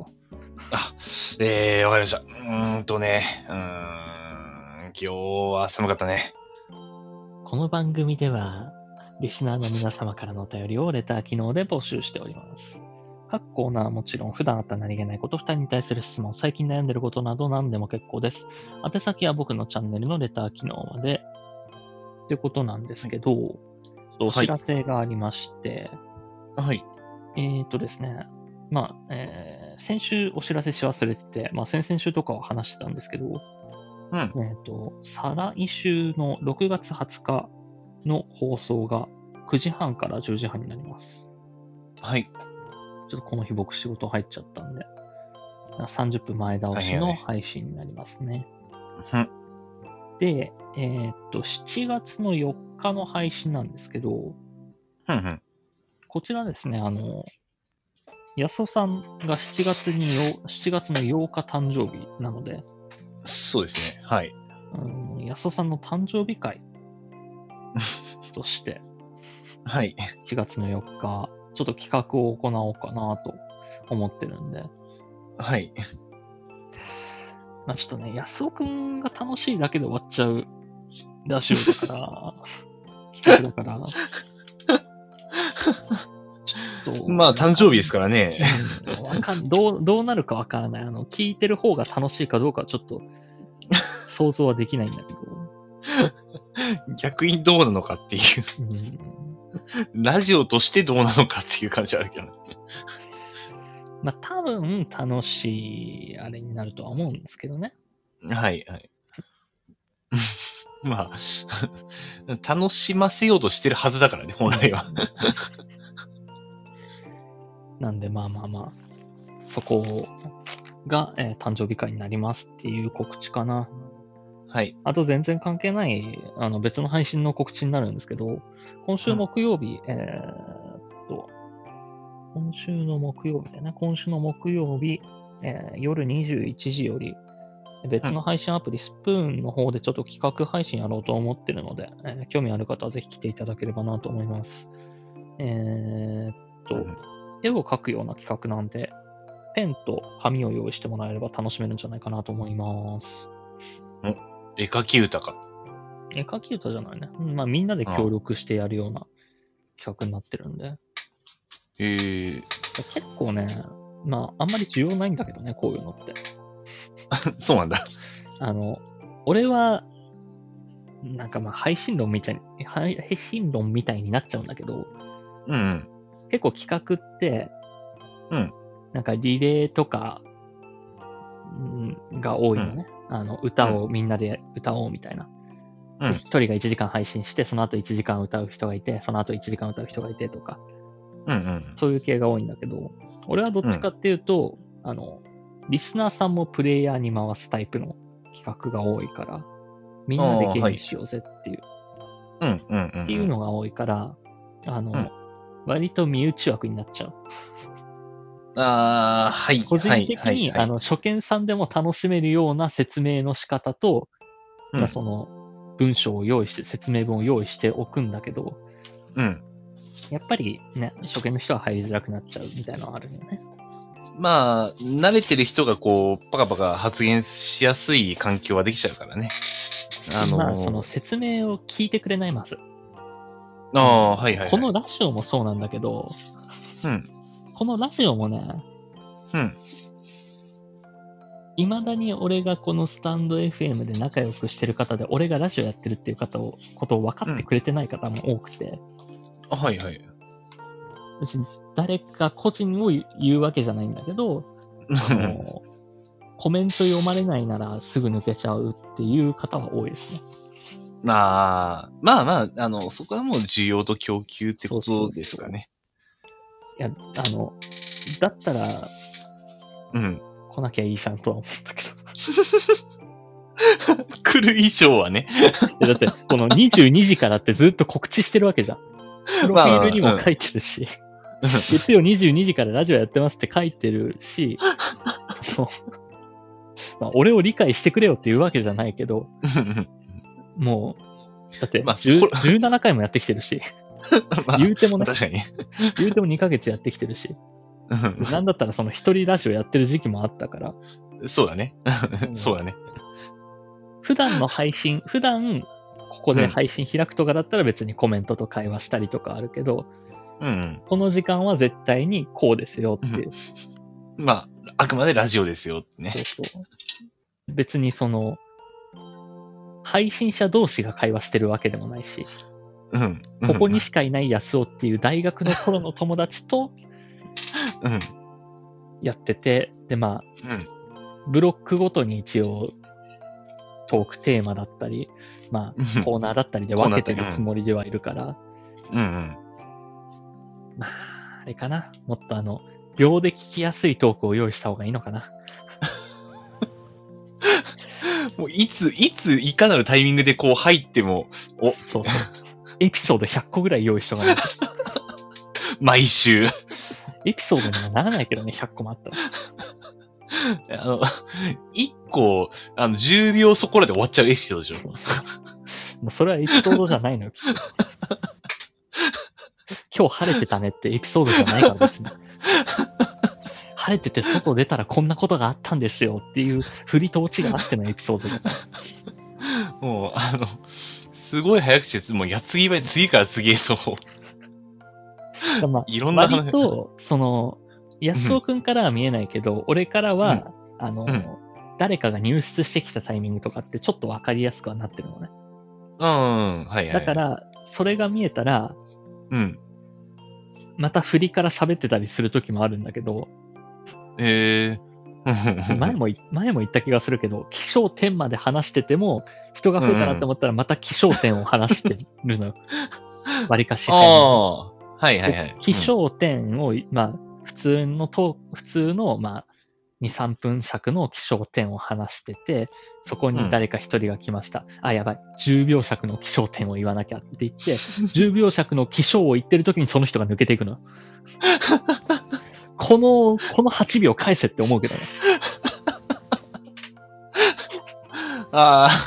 [SPEAKER 2] あ、えー、わかりました。うーんとね、うーん、今日は寒かったね。
[SPEAKER 1] この番組では、リスナーの皆様からのお便りをレター機能で募集しております。各コーナーはもちろん、普段あった何気ないこと、2人に対する質問、最近悩んでることなど何でも結構です。宛先は僕のチャンネルのレター機能まで。ってことなんですけど、お知らせがありまして、
[SPEAKER 2] はい。
[SPEAKER 1] えー、とですね、まあ、えー先週お知らせし忘れてて、まあ、先々週とかは話してたんですけど、
[SPEAKER 2] うん。
[SPEAKER 1] えー、と再来週の6月20日の放送が9時半から10時半になります。
[SPEAKER 2] はい。
[SPEAKER 1] ちょっとこの日僕仕事入っちゃったんで、30分前倒しの配信になりますね。
[SPEAKER 2] うん。
[SPEAKER 1] で、えー、と7月の4日の配信なんですけど、
[SPEAKER 2] うんうん。
[SPEAKER 1] こちらですね、あの、安尾さんが7月によ7月の8日誕生日なので、
[SPEAKER 2] そうですね。はい。
[SPEAKER 1] うん、安尾さんの誕生日 会として、
[SPEAKER 2] はい。
[SPEAKER 1] 7月の4日、ちょっと企画を行おうかなと思ってるんで、
[SPEAKER 2] はい。
[SPEAKER 1] まあ、ちょっとね、安尾くんが楽しいだけで終わっちゃうラジオだ から、企画だから、ちょっと。
[SPEAKER 2] まあ、誕生日ですからね。
[SPEAKER 1] うんわかんどうどうなるかわからない。あの、聞いてる方が楽しいかどうかはちょっと想像はできないんだけど。
[SPEAKER 2] 逆にどうなのかっていう、
[SPEAKER 1] うん、
[SPEAKER 2] ラジオとしてどうなのかっていう感じはあるけどね。
[SPEAKER 1] まあ、多分楽しいあれになるとは思うんですけどね。
[SPEAKER 2] はい、はい。 まあ、 楽しませようとしてるはずだからね、本来は。
[SPEAKER 1] なんで、まあまあまあ、そこが、えー誕生日会になりますっていう告知かな。
[SPEAKER 2] はい。
[SPEAKER 1] あと全然関係ないあの別の配信の告知になるんですけど、今週木曜日、えーっと、今週の木曜日だよね、今週の木曜日、えー夜21時より、別の配信アプリ、スプーンの方でちょっと企画配信やろうと思ってるので、えー興味ある方はぜひ来ていただければなと思います。えーっと、
[SPEAKER 2] うん
[SPEAKER 1] 絵を描くような企画なんで、ペンと紙を用意してもらえれば楽しめるんじゃないかなと思います。
[SPEAKER 2] 絵描き歌か。
[SPEAKER 1] 絵描き歌じゃないね。うんまあみんなで協力してやるような企画になってるんで。
[SPEAKER 2] へえ。
[SPEAKER 1] 結構ね、まああんまり需要ないんだけどね、こういうのって。
[SPEAKER 2] そうなんだ。
[SPEAKER 1] あの、俺は、なんかまあ配信論みたいに、配配信論みたいになっちゃうんだけど、
[SPEAKER 2] うんうん。
[SPEAKER 1] 結構企画って、
[SPEAKER 2] うん
[SPEAKER 1] なんかリレーとか、うんが多いのね。あの、歌をみんなで歌おうみたいな。
[SPEAKER 2] うん
[SPEAKER 1] 1人が1時間配信して、その後1時間歌う人がいて、その後1時間歌う人がいてとか、
[SPEAKER 2] うんうん。
[SPEAKER 1] そういう系が多いんだけど、俺はどっちかっていうと、あの、リスナーさんもプレイヤーに回すタイプの企画が多いから、みんなでゲームしようぜっていう、
[SPEAKER 2] うんうんうん。
[SPEAKER 1] っていうのが多いから、あの、
[SPEAKER 2] うん
[SPEAKER 1] 割と身内枠になっちゃう。
[SPEAKER 2] ああ、はい。
[SPEAKER 1] 個人的に、
[SPEAKER 2] はいはいはい
[SPEAKER 1] あの、初見さんでも楽しめるような説明の仕方と、
[SPEAKER 2] うん
[SPEAKER 1] まあその、文章を用意して、説明文を用意しておくんだけど、
[SPEAKER 2] うん。
[SPEAKER 1] やっぱりね、初見の人は入りづらくなっちゃうみたいなのはあるよね。
[SPEAKER 2] まあ、慣れてる人がこう、パカパカ発言しやすい環境はできちゃうからね。あのー
[SPEAKER 1] まあ、その説明を聞いてくれないまず。
[SPEAKER 2] ああ、はいはい、はい。
[SPEAKER 1] この、ラジオもそうなんだけど、
[SPEAKER 2] うん。
[SPEAKER 1] このラジオもね、
[SPEAKER 2] うん。
[SPEAKER 1] いまだに俺がこのスタンド FM で仲良くしてる方で、俺がラジオやってるっていう方を、ことを分かってくれてない方も多くて、
[SPEAKER 2] あはいはい。
[SPEAKER 1] 別に誰か個人を言うわけじゃないんだけど、あのコメント読まれないならすぐ抜けちゃうっていう方は多いですね。
[SPEAKER 2] まあ、まあまあ、あの、そこはもう需要と供給ってこ
[SPEAKER 1] そうそ
[SPEAKER 2] と
[SPEAKER 1] うそう
[SPEAKER 2] ですかね。
[SPEAKER 1] いや、あの、だったら
[SPEAKER 2] うん。
[SPEAKER 1] 来なきゃいいじゃんとは思ったけど。
[SPEAKER 2] 来る以 上はね。
[SPEAKER 1] いやだって、この22時からってずっと告知してるわけ じゃん。プロフィールにも書いてるし、月曜22時からラジオやってますって書いてる し、そのまあ、俺を理解してくれよっていうわけじゃないけど、もう、だって、
[SPEAKER 2] まあ
[SPEAKER 1] 10
[SPEAKER 2] これ
[SPEAKER 1] 17回もやってきてるし、
[SPEAKER 2] まあ
[SPEAKER 1] 言うてもね、
[SPEAKER 2] 確かに。
[SPEAKER 1] 言うても2ヶ月やってきてるし、
[SPEAKER 2] うん
[SPEAKER 1] なんだったらその一人ラジオやってる時期もあったから、
[SPEAKER 2] そうだね
[SPEAKER 1] う。ん
[SPEAKER 2] そうだね。
[SPEAKER 1] 普段の配信、普段ここで配信開くとかだったら別にコメントと会話したりとかあるけど、
[SPEAKER 2] うん。
[SPEAKER 1] この時間は絶対にこうですよっていう。
[SPEAKER 2] まあ、あくまでラジオですよってね。
[SPEAKER 1] そうそう。別にその、配信者同士が会話してるわけでもないし、
[SPEAKER 2] うん。
[SPEAKER 1] ここにしかいない安尾っていう大学の頃の友達と
[SPEAKER 2] うん。うん。
[SPEAKER 1] やってて、でまあ、ブロックごとに一応、トークテーマだったり、ま
[SPEAKER 2] う
[SPEAKER 1] あ、
[SPEAKER 2] ん
[SPEAKER 1] コーナーだったりで
[SPEAKER 2] コー
[SPEAKER 1] 分
[SPEAKER 2] ナー
[SPEAKER 1] け
[SPEAKER 2] だった
[SPEAKER 1] て
[SPEAKER 2] り
[SPEAKER 1] るつもりではいるから、
[SPEAKER 2] うんうん。
[SPEAKER 1] まあ、あれかな。もっとあの、秒で聞きやすいトークを用意した方がいいのかな。
[SPEAKER 2] もういつ、いつ、いかなるタイミングでこう入っても、お
[SPEAKER 1] そうそう。エピソード100個ぐらい用意しとかないと。
[SPEAKER 2] 毎週。
[SPEAKER 1] エピソードにはならないけどね、100個もあ ったら。
[SPEAKER 2] あの、 一個、あの、10秒そこらで終わっちゃうエピソードでしょ。
[SPEAKER 1] そうそう。もうそれはエピソードじゃないのよ、きっと。今日晴れてたねってエピソードじゃないから別に。晴れてて外出たらこんなことがあったんですよっていう振りと落ちがあってのエピソードだから
[SPEAKER 2] もう、あの、すごい早口です。もう、やつぎばい、次から次へと、
[SPEAKER 1] だからまあ
[SPEAKER 2] いろんな話。
[SPEAKER 1] 割と、その、安尾くんからは見えないけど、俺からは、あの、
[SPEAKER 2] うん
[SPEAKER 1] 誰かが入室してきたタイミングとかってちょっとわかりやすくはなってるのね。
[SPEAKER 2] うん、はいはい。
[SPEAKER 1] だか、ら、それが見えたら、
[SPEAKER 2] うん。
[SPEAKER 1] また振りから喋ってたりする時もあるんだけど、
[SPEAKER 2] えー。
[SPEAKER 1] 前もい、前も言った気がするけど、起承点まで話してても、人が増えたなって思ったらまた起承点を話してるのよ。わりかし
[SPEAKER 2] あ
[SPEAKER 1] 早めに。
[SPEAKER 2] あ、はいはいはい。
[SPEAKER 1] 起承点を、まあ、普通のトーク普通の、まあ、2、3分尺の起承点を話してて、そこに誰か一人が来ました。あ、やばい。10秒尺の起承点を言わなきゃって言っ て、10秒尺の起承を言ってる時にその人が抜けていくの。この、この8秒返せって思うけどね。
[SPEAKER 2] うんああ、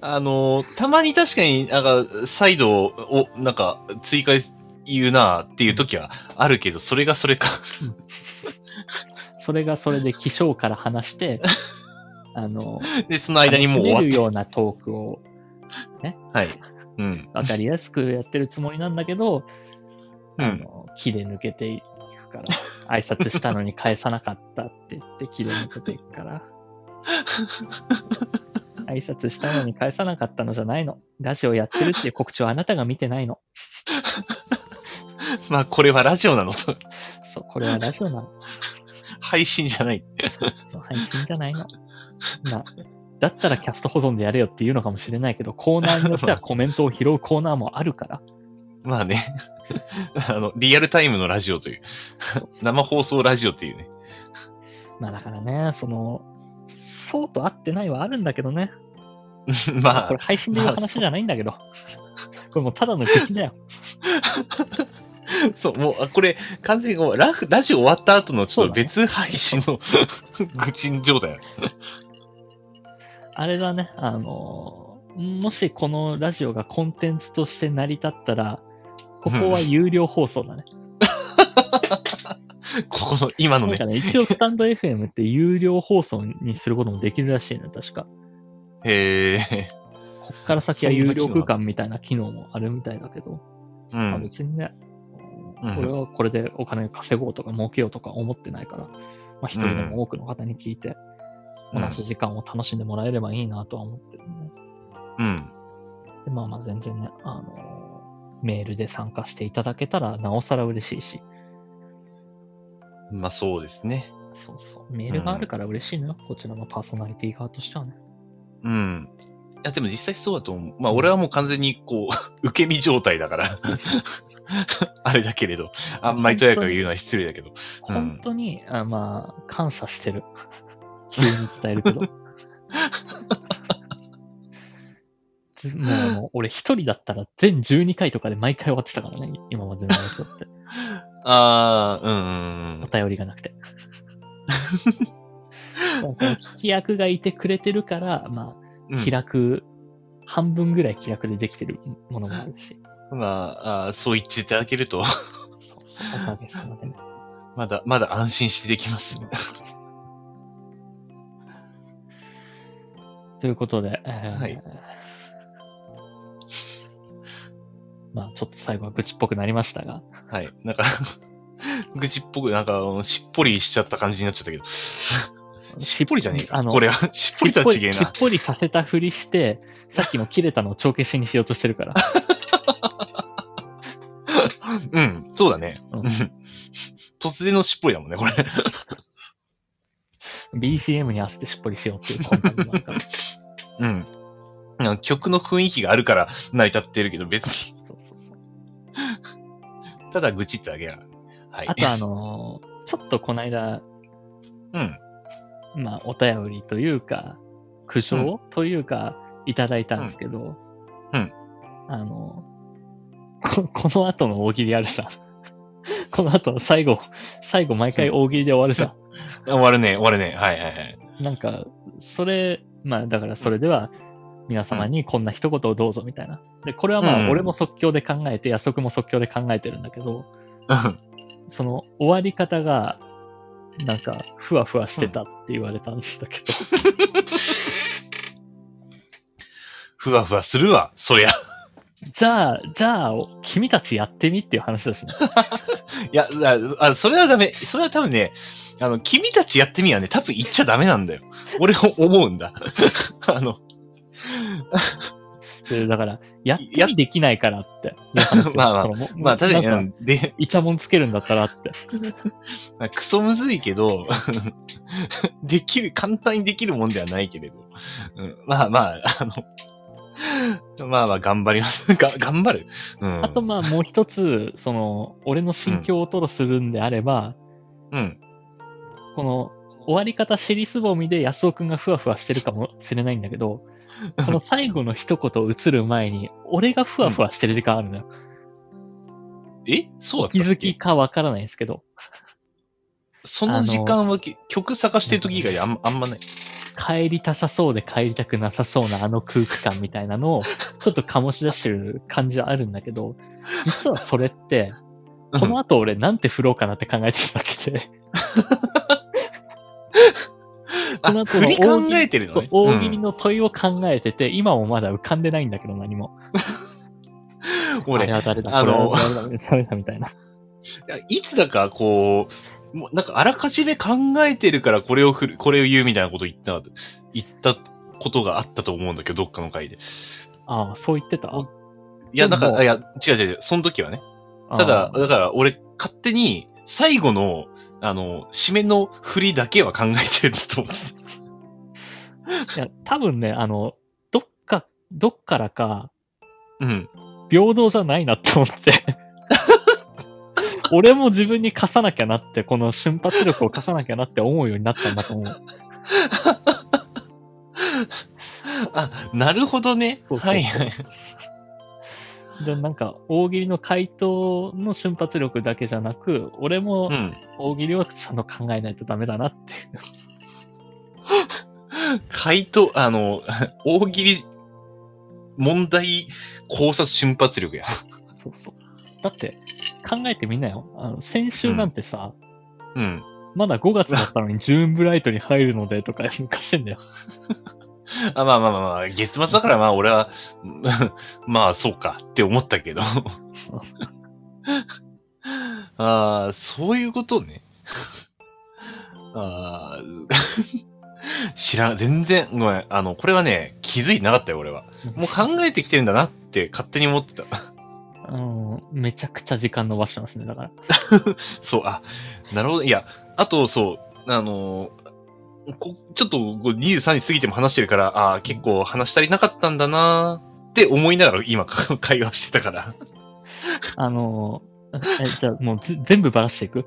[SPEAKER 2] あの、たまに確かになんか、再度を、なんか、追加言うなっていう時はあるけど、それがそれか。
[SPEAKER 1] それがそれで起承から話して、あの、
[SPEAKER 2] で、その間にもう終わ
[SPEAKER 1] 楽し
[SPEAKER 2] っ
[SPEAKER 1] める
[SPEAKER 2] て。
[SPEAKER 1] ようなトークを
[SPEAKER 2] はい。うん。
[SPEAKER 1] わかりやすくやってるつもりなんだけど、
[SPEAKER 2] う
[SPEAKER 1] あ
[SPEAKER 2] ん。
[SPEAKER 1] の、木で抜けていくから、 挨拶したのに返さなかったって言って、木で抜けていく から。挨拶したのに返さなかったのじゃないの。ラジオやってるっていう告知をあなたが見てないの。
[SPEAKER 2] まあ、これはラジオなのと。
[SPEAKER 1] そう、これはラジオなの。
[SPEAKER 2] 配信じゃない。
[SPEAKER 1] そう、配信じゃないの。まあ、だったらキャスト保存でやれよっていうのかもしれないけど、コーナーによってはコメントを拾うコーナーもある から。
[SPEAKER 2] まあね。あの、リアルタイムのラジオという。
[SPEAKER 1] そうそう
[SPEAKER 2] 生放送ラジオっていうね。
[SPEAKER 1] まあだからね、その、そうと合ってないはあるんだけどね。
[SPEAKER 2] ま
[SPEAKER 1] こ
[SPEAKER 2] あ
[SPEAKER 1] れ、配信で言う話じゃないんだけど。これもうただの愚痴だよ。
[SPEAKER 2] そう、もう、あこれ、完全にもうラフ、ラジオ終わった後のちょっと別配信の 愚痴状態。
[SPEAKER 1] あれだね、あのー、もしこのラジオがコンテンツとして成り立ったら、ここは有料放送だね。
[SPEAKER 2] ここの、今の
[SPEAKER 1] なん
[SPEAKER 2] ね
[SPEAKER 1] か。ね、一応スタンド FM って有料放送にすることもできるらしいね、確か。
[SPEAKER 2] へえ。
[SPEAKER 1] こっから先は有料空間みたいな機能もあるみたいだけど、
[SPEAKER 2] う
[SPEAKER 1] まあ
[SPEAKER 2] ん。
[SPEAKER 1] 別にね、
[SPEAKER 2] うん
[SPEAKER 1] 俺はこれでお金稼ごうとか儲けようとか思ってないから、まあ一人でも多くの方に聞いて、
[SPEAKER 2] うん
[SPEAKER 1] 同じ時間を楽しんでもらえればいいなとは思ってるね。
[SPEAKER 2] うん。
[SPEAKER 1] でまあまあ全然ね、あのーメールで参加していただけたらなおさら嬉しいし、
[SPEAKER 2] まあそうですね。
[SPEAKER 1] そうそう、メールがあるから嬉しいのよ、こちらのパーソナリティ側としてはね。
[SPEAKER 2] うん。いや、でも実際そうだと思う。まあ俺はもう完全にこう、 受け身状態だから。あれだけれど。あんまりとやかく言うのは失礼だけど。うん
[SPEAKER 1] 本当に、あまあ、感謝してる。 急に伝えるけ ど。ずもう、もう俺一人だったら全12回とかで毎回終わってたからね、今までの話だって。
[SPEAKER 2] ああ、うんうん
[SPEAKER 1] お便りがな くて。もうこの聞き役がいてくれてるから、ま
[SPEAKER 2] う
[SPEAKER 1] あ、
[SPEAKER 2] ん。
[SPEAKER 1] 気楽、半分ぐらい気楽でできてるものもあるし。
[SPEAKER 2] まあ、あーそう言っていただけると、
[SPEAKER 1] そうそう、おかげさまでね。
[SPEAKER 2] まだ、まだ安心してできます。
[SPEAKER 1] ということで、えー
[SPEAKER 2] はい
[SPEAKER 1] まあ、ちょっと最後は愚痴っぽくなりましたが、
[SPEAKER 2] はい。なんか、愚痴っぽく、なんか、あのしっぽりしちゃった感じになっちゃったけど。しっぽりじゃねえ
[SPEAKER 1] あ
[SPEAKER 2] か。
[SPEAKER 1] の
[SPEAKER 2] これは、しっぽりとは違え
[SPEAKER 1] しっぽりしっ
[SPEAKER 2] な。
[SPEAKER 1] ぽりさせたふりして、さっきの切れたのを帳消しにしようとしてるから。
[SPEAKER 2] うん、そうだね。
[SPEAKER 1] う
[SPEAKER 2] うん突然のしっぽりだもんね、これ。
[SPEAKER 1] BCM に合わせてしっぽりしようっていうコンパもあ るから。
[SPEAKER 2] うん。なんか曲の雰囲気があるから成り立ってるけど、別に、
[SPEAKER 1] そうそうそう。
[SPEAKER 2] ただ愚痴ってだけや。はい。
[SPEAKER 1] あとあのーちょっとこの間、
[SPEAKER 2] うん。
[SPEAKER 1] まあ、お便りというか、苦情というか、いただいたんですけど、
[SPEAKER 2] うんうん
[SPEAKER 1] あの、ここの後の大喜利あるじゃん。 この後の最後、最後毎回大喜利で終わるじゃ
[SPEAKER 2] 終わるね、終わるね。はいはいはい。
[SPEAKER 1] ん。なんか、それ、まあ、だからそれでは、皆様にこんな一言をどうぞみたいな。で、これはま
[SPEAKER 2] う
[SPEAKER 1] あ、
[SPEAKER 2] ん
[SPEAKER 1] 俺も即興で考えて、安くも即興で考えてるんだけど、
[SPEAKER 2] うん
[SPEAKER 1] その終わり方が、なんか、ふわふわしてたって言われたんだけど、
[SPEAKER 2] ふわふわするわ、そりゃ。
[SPEAKER 1] じゃあ、じゃあ、君たちやってみっていう話だ しね。
[SPEAKER 2] いや、ああそれはダメ。それは多分ね、あの、君たちやってみはね、多分言っちゃダメなんだよ。俺は思うんだ。 あの、
[SPEAKER 1] それだから、やってみできないからっていう話よ。
[SPEAKER 2] まあまあ
[SPEAKER 1] そのも
[SPEAKER 2] まあ確かに、う
[SPEAKER 1] なんか、
[SPEAKER 2] んで、
[SPEAKER 1] イチャモンつけるんだったらって。
[SPEAKER 2] クソむずいけど、 できる、簡単にできるもんではないけれど。うん、まあまあ、あの、まあまあ、頑張ります。 が頑張る。うん。
[SPEAKER 1] あとまあもう一つ、その、俺の心境を吐露するんであれば、
[SPEAKER 2] うん。
[SPEAKER 1] この、終わり方尻すぼみで安尾くんがふわふわしてるかもしれないんだけど、この最後の一言を映る前に、俺がふわふわしてる時間あるのよ。
[SPEAKER 2] えそうだった
[SPEAKER 1] 気
[SPEAKER 2] っけ
[SPEAKER 1] づきかわからないですけど、
[SPEAKER 2] その時間はけ曲探してる時以外であんあんまない。
[SPEAKER 1] 帰りたさそうで帰りたくなさそうなあの空気感みたいなのを、ちょっと醸し出してる感じはあるんだけど、実はそれって、この後俺なんて振ろうかなって考えてたわけで、
[SPEAKER 2] あ
[SPEAKER 1] この後
[SPEAKER 2] 振り考えてるの
[SPEAKER 1] そう
[SPEAKER 2] ね。
[SPEAKER 1] 大喜利
[SPEAKER 2] うん
[SPEAKER 1] の問いを考えてて、今もまだ浮かんでないんだけど何も。あれ
[SPEAKER 2] 俺、
[SPEAKER 1] は誰だ
[SPEAKER 2] あ
[SPEAKER 1] これ
[SPEAKER 2] の
[SPEAKER 1] は誰だ誰だみたいな。
[SPEAKER 2] いつだかこう、もうなんかあらかじめ考えてるからこれを振る、これを言うみたいなこと言ったなと、言ったことがあったと思うんだけど、どっかの回で。
[SPEAKER 1] ああ、そう言ってた
[SPEAKER 2] おいや、
[SPEAKER 1] で
[SPEAKER 2] な
[SPEAKER 1] も
[SPEAKER 2] んか、あいや、違う違う違う、その時はね。ただ、
[SPEAKER 1] ああ
[SPEAKER 2] だから俺、勝手に、最後の、あの、締めの振りだけは考えてるんだと思う。
[SPEAKER 1] いや、多分ね、あの、どっか、どっからか、
[SPEAKER 2] うん。
[SPEAKER 1] 平等じゃないなって思って。俺も自分に課さなきゃなって、この瞬発力を課さなきゃなって思うようになったんだと思う。
[SPEAKER 2] あ、なるほどね。
[SPEAKER 1] そうそうそう
[SPEAKER 2] はいはい。
[SPEAKER 1] で、なんか、大喜利の回答の瞬発力だけじゃなく、俺も
[SPEAKER 2] うん。
[SPEAKER 1] 大喜利はちゃんと考えないとダメだなっていう。
[SPEAKER 2] 回答、あの、 大喜利、問題考察瞬発力や。
[SPEAKER 1] そうそう。だって、考えてみなよ。あの先週なんてさ、
[SPEAKER 2] うん。
[SPEAKER 1] まだ5月だったのにジューンブライトに入るのでとか言かしてんだよ。
[SPEAKER 2] あ、まあまあまあまあ、月末だからまあ俺は、 うんまあそうかって思ったけど。 ああ、そういうことね。 ああ、知らん、全然、ごめん。あの、これはね、気づいてなかったよ、俺は。もう考えてきてるんだなって勝手に思ってた。
[SPEAKER 1] うん、めちゃくちゃ時間伸ばしてますね、だから。
[SPEAKER 2] そう、あ、なるほど。いや、あと、そう、あのーこちょっとこう23に過ぎても話してるから、あー結構話足りなかったんだなーって思いながら今、か会話してたから。
[SPEAKER 1] あのー、え、じゃあもうぜ全部ばらしてい く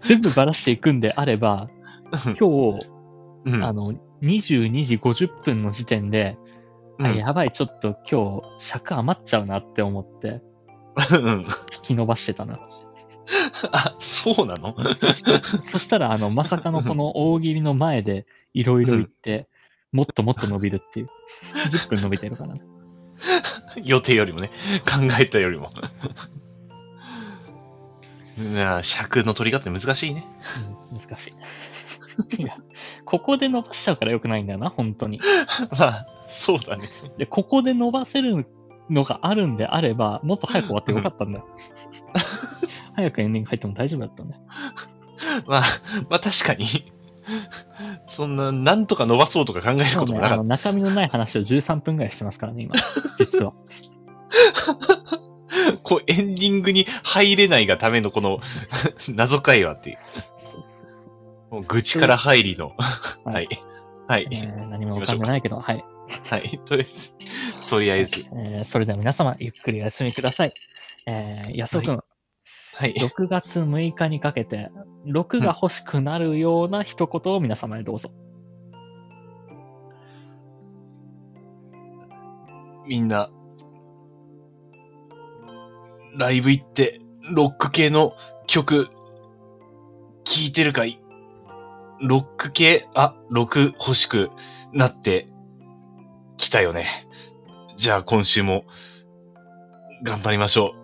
[SPEAKER 1] 全部ばらしていくんであれば、今日、
[SPEAKER 2] うん。
[SPEAKER 1] あの、22時50分の時点で、
[SPEAKER 2] うん
[SPEAKER 1] あ、やばい、ちょっと今日尺余っちゃうなって思って、
[SPEAKER 2] うん
[SPEAKER 1] 聞き伸ばしてた な。
[SPEAKER 2] あ、そうなの
[SPEAKER 1] そしたそしたら、あの、まさかのこの大喜利の前でいろいろ言って、もっともっと伸びるっていう。10分伸びてるからね。
[SPEAKER 2] 予定よりもね、考えたより も。いや尺の取り方って難しいね。
[SPEAKER 1] うん難しい。いや、ここで伸ばしちゃうから良くないんだよな、本当に。
[SPEAKER 2] まあ、そうだね。
[SPEAKER 1] で、ここで伸ばせるのがあるんであれば、もっと早く終わってよかった んだよ。早くエンディング入っても大丈夫だったんだよ。
[SPEAKER 2] まあ、まあ確かに。そんな、なんとか伸ばそうとか考えることもな
[SPEAKER 1] あ
[SPEAKER 2] か
[SPEAKER 1] の
[SPEAKER 2] っ
[SPEAKER 1] 中身のない話を13分ぐらいしてますからね、今。実 は。
[SPEAKER 2] た。こう、エンディングに入れないがためのこの、 謎会話っていう。
[SPEAKER 1] そうそうそう。
[SPEAKER 2] もう愚痴から入りの。は
[SPEAKER 1] はい
[SPEAKER 2] い。はい
[SPEAKER 1] え。ー何も浮かんでないけど、はい。
[SPEAKER 2] はい。とりあえず、とりあえず。
[SPEAKER 1] えーそれでは皆様、ゆっくりお休みください。えー、安尾くん、
[SPEAKER 2] はい。
[SPEAKER 1] 6月6日にかけて、6が欲しくなるような一言を皆様へどうぞ。
[SPEAKER 2] みんな、ライブ行って、ロック系の曲、聴いてるかいロック系、あ、6欲しくなってきたよね。じゃあ今週も、頑張りましょう。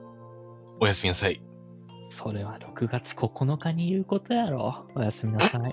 [SPEAKER 2] おやすみなさい。
[SPEAKER 1] それは6月9日に言うことやろ。おやすみなさい。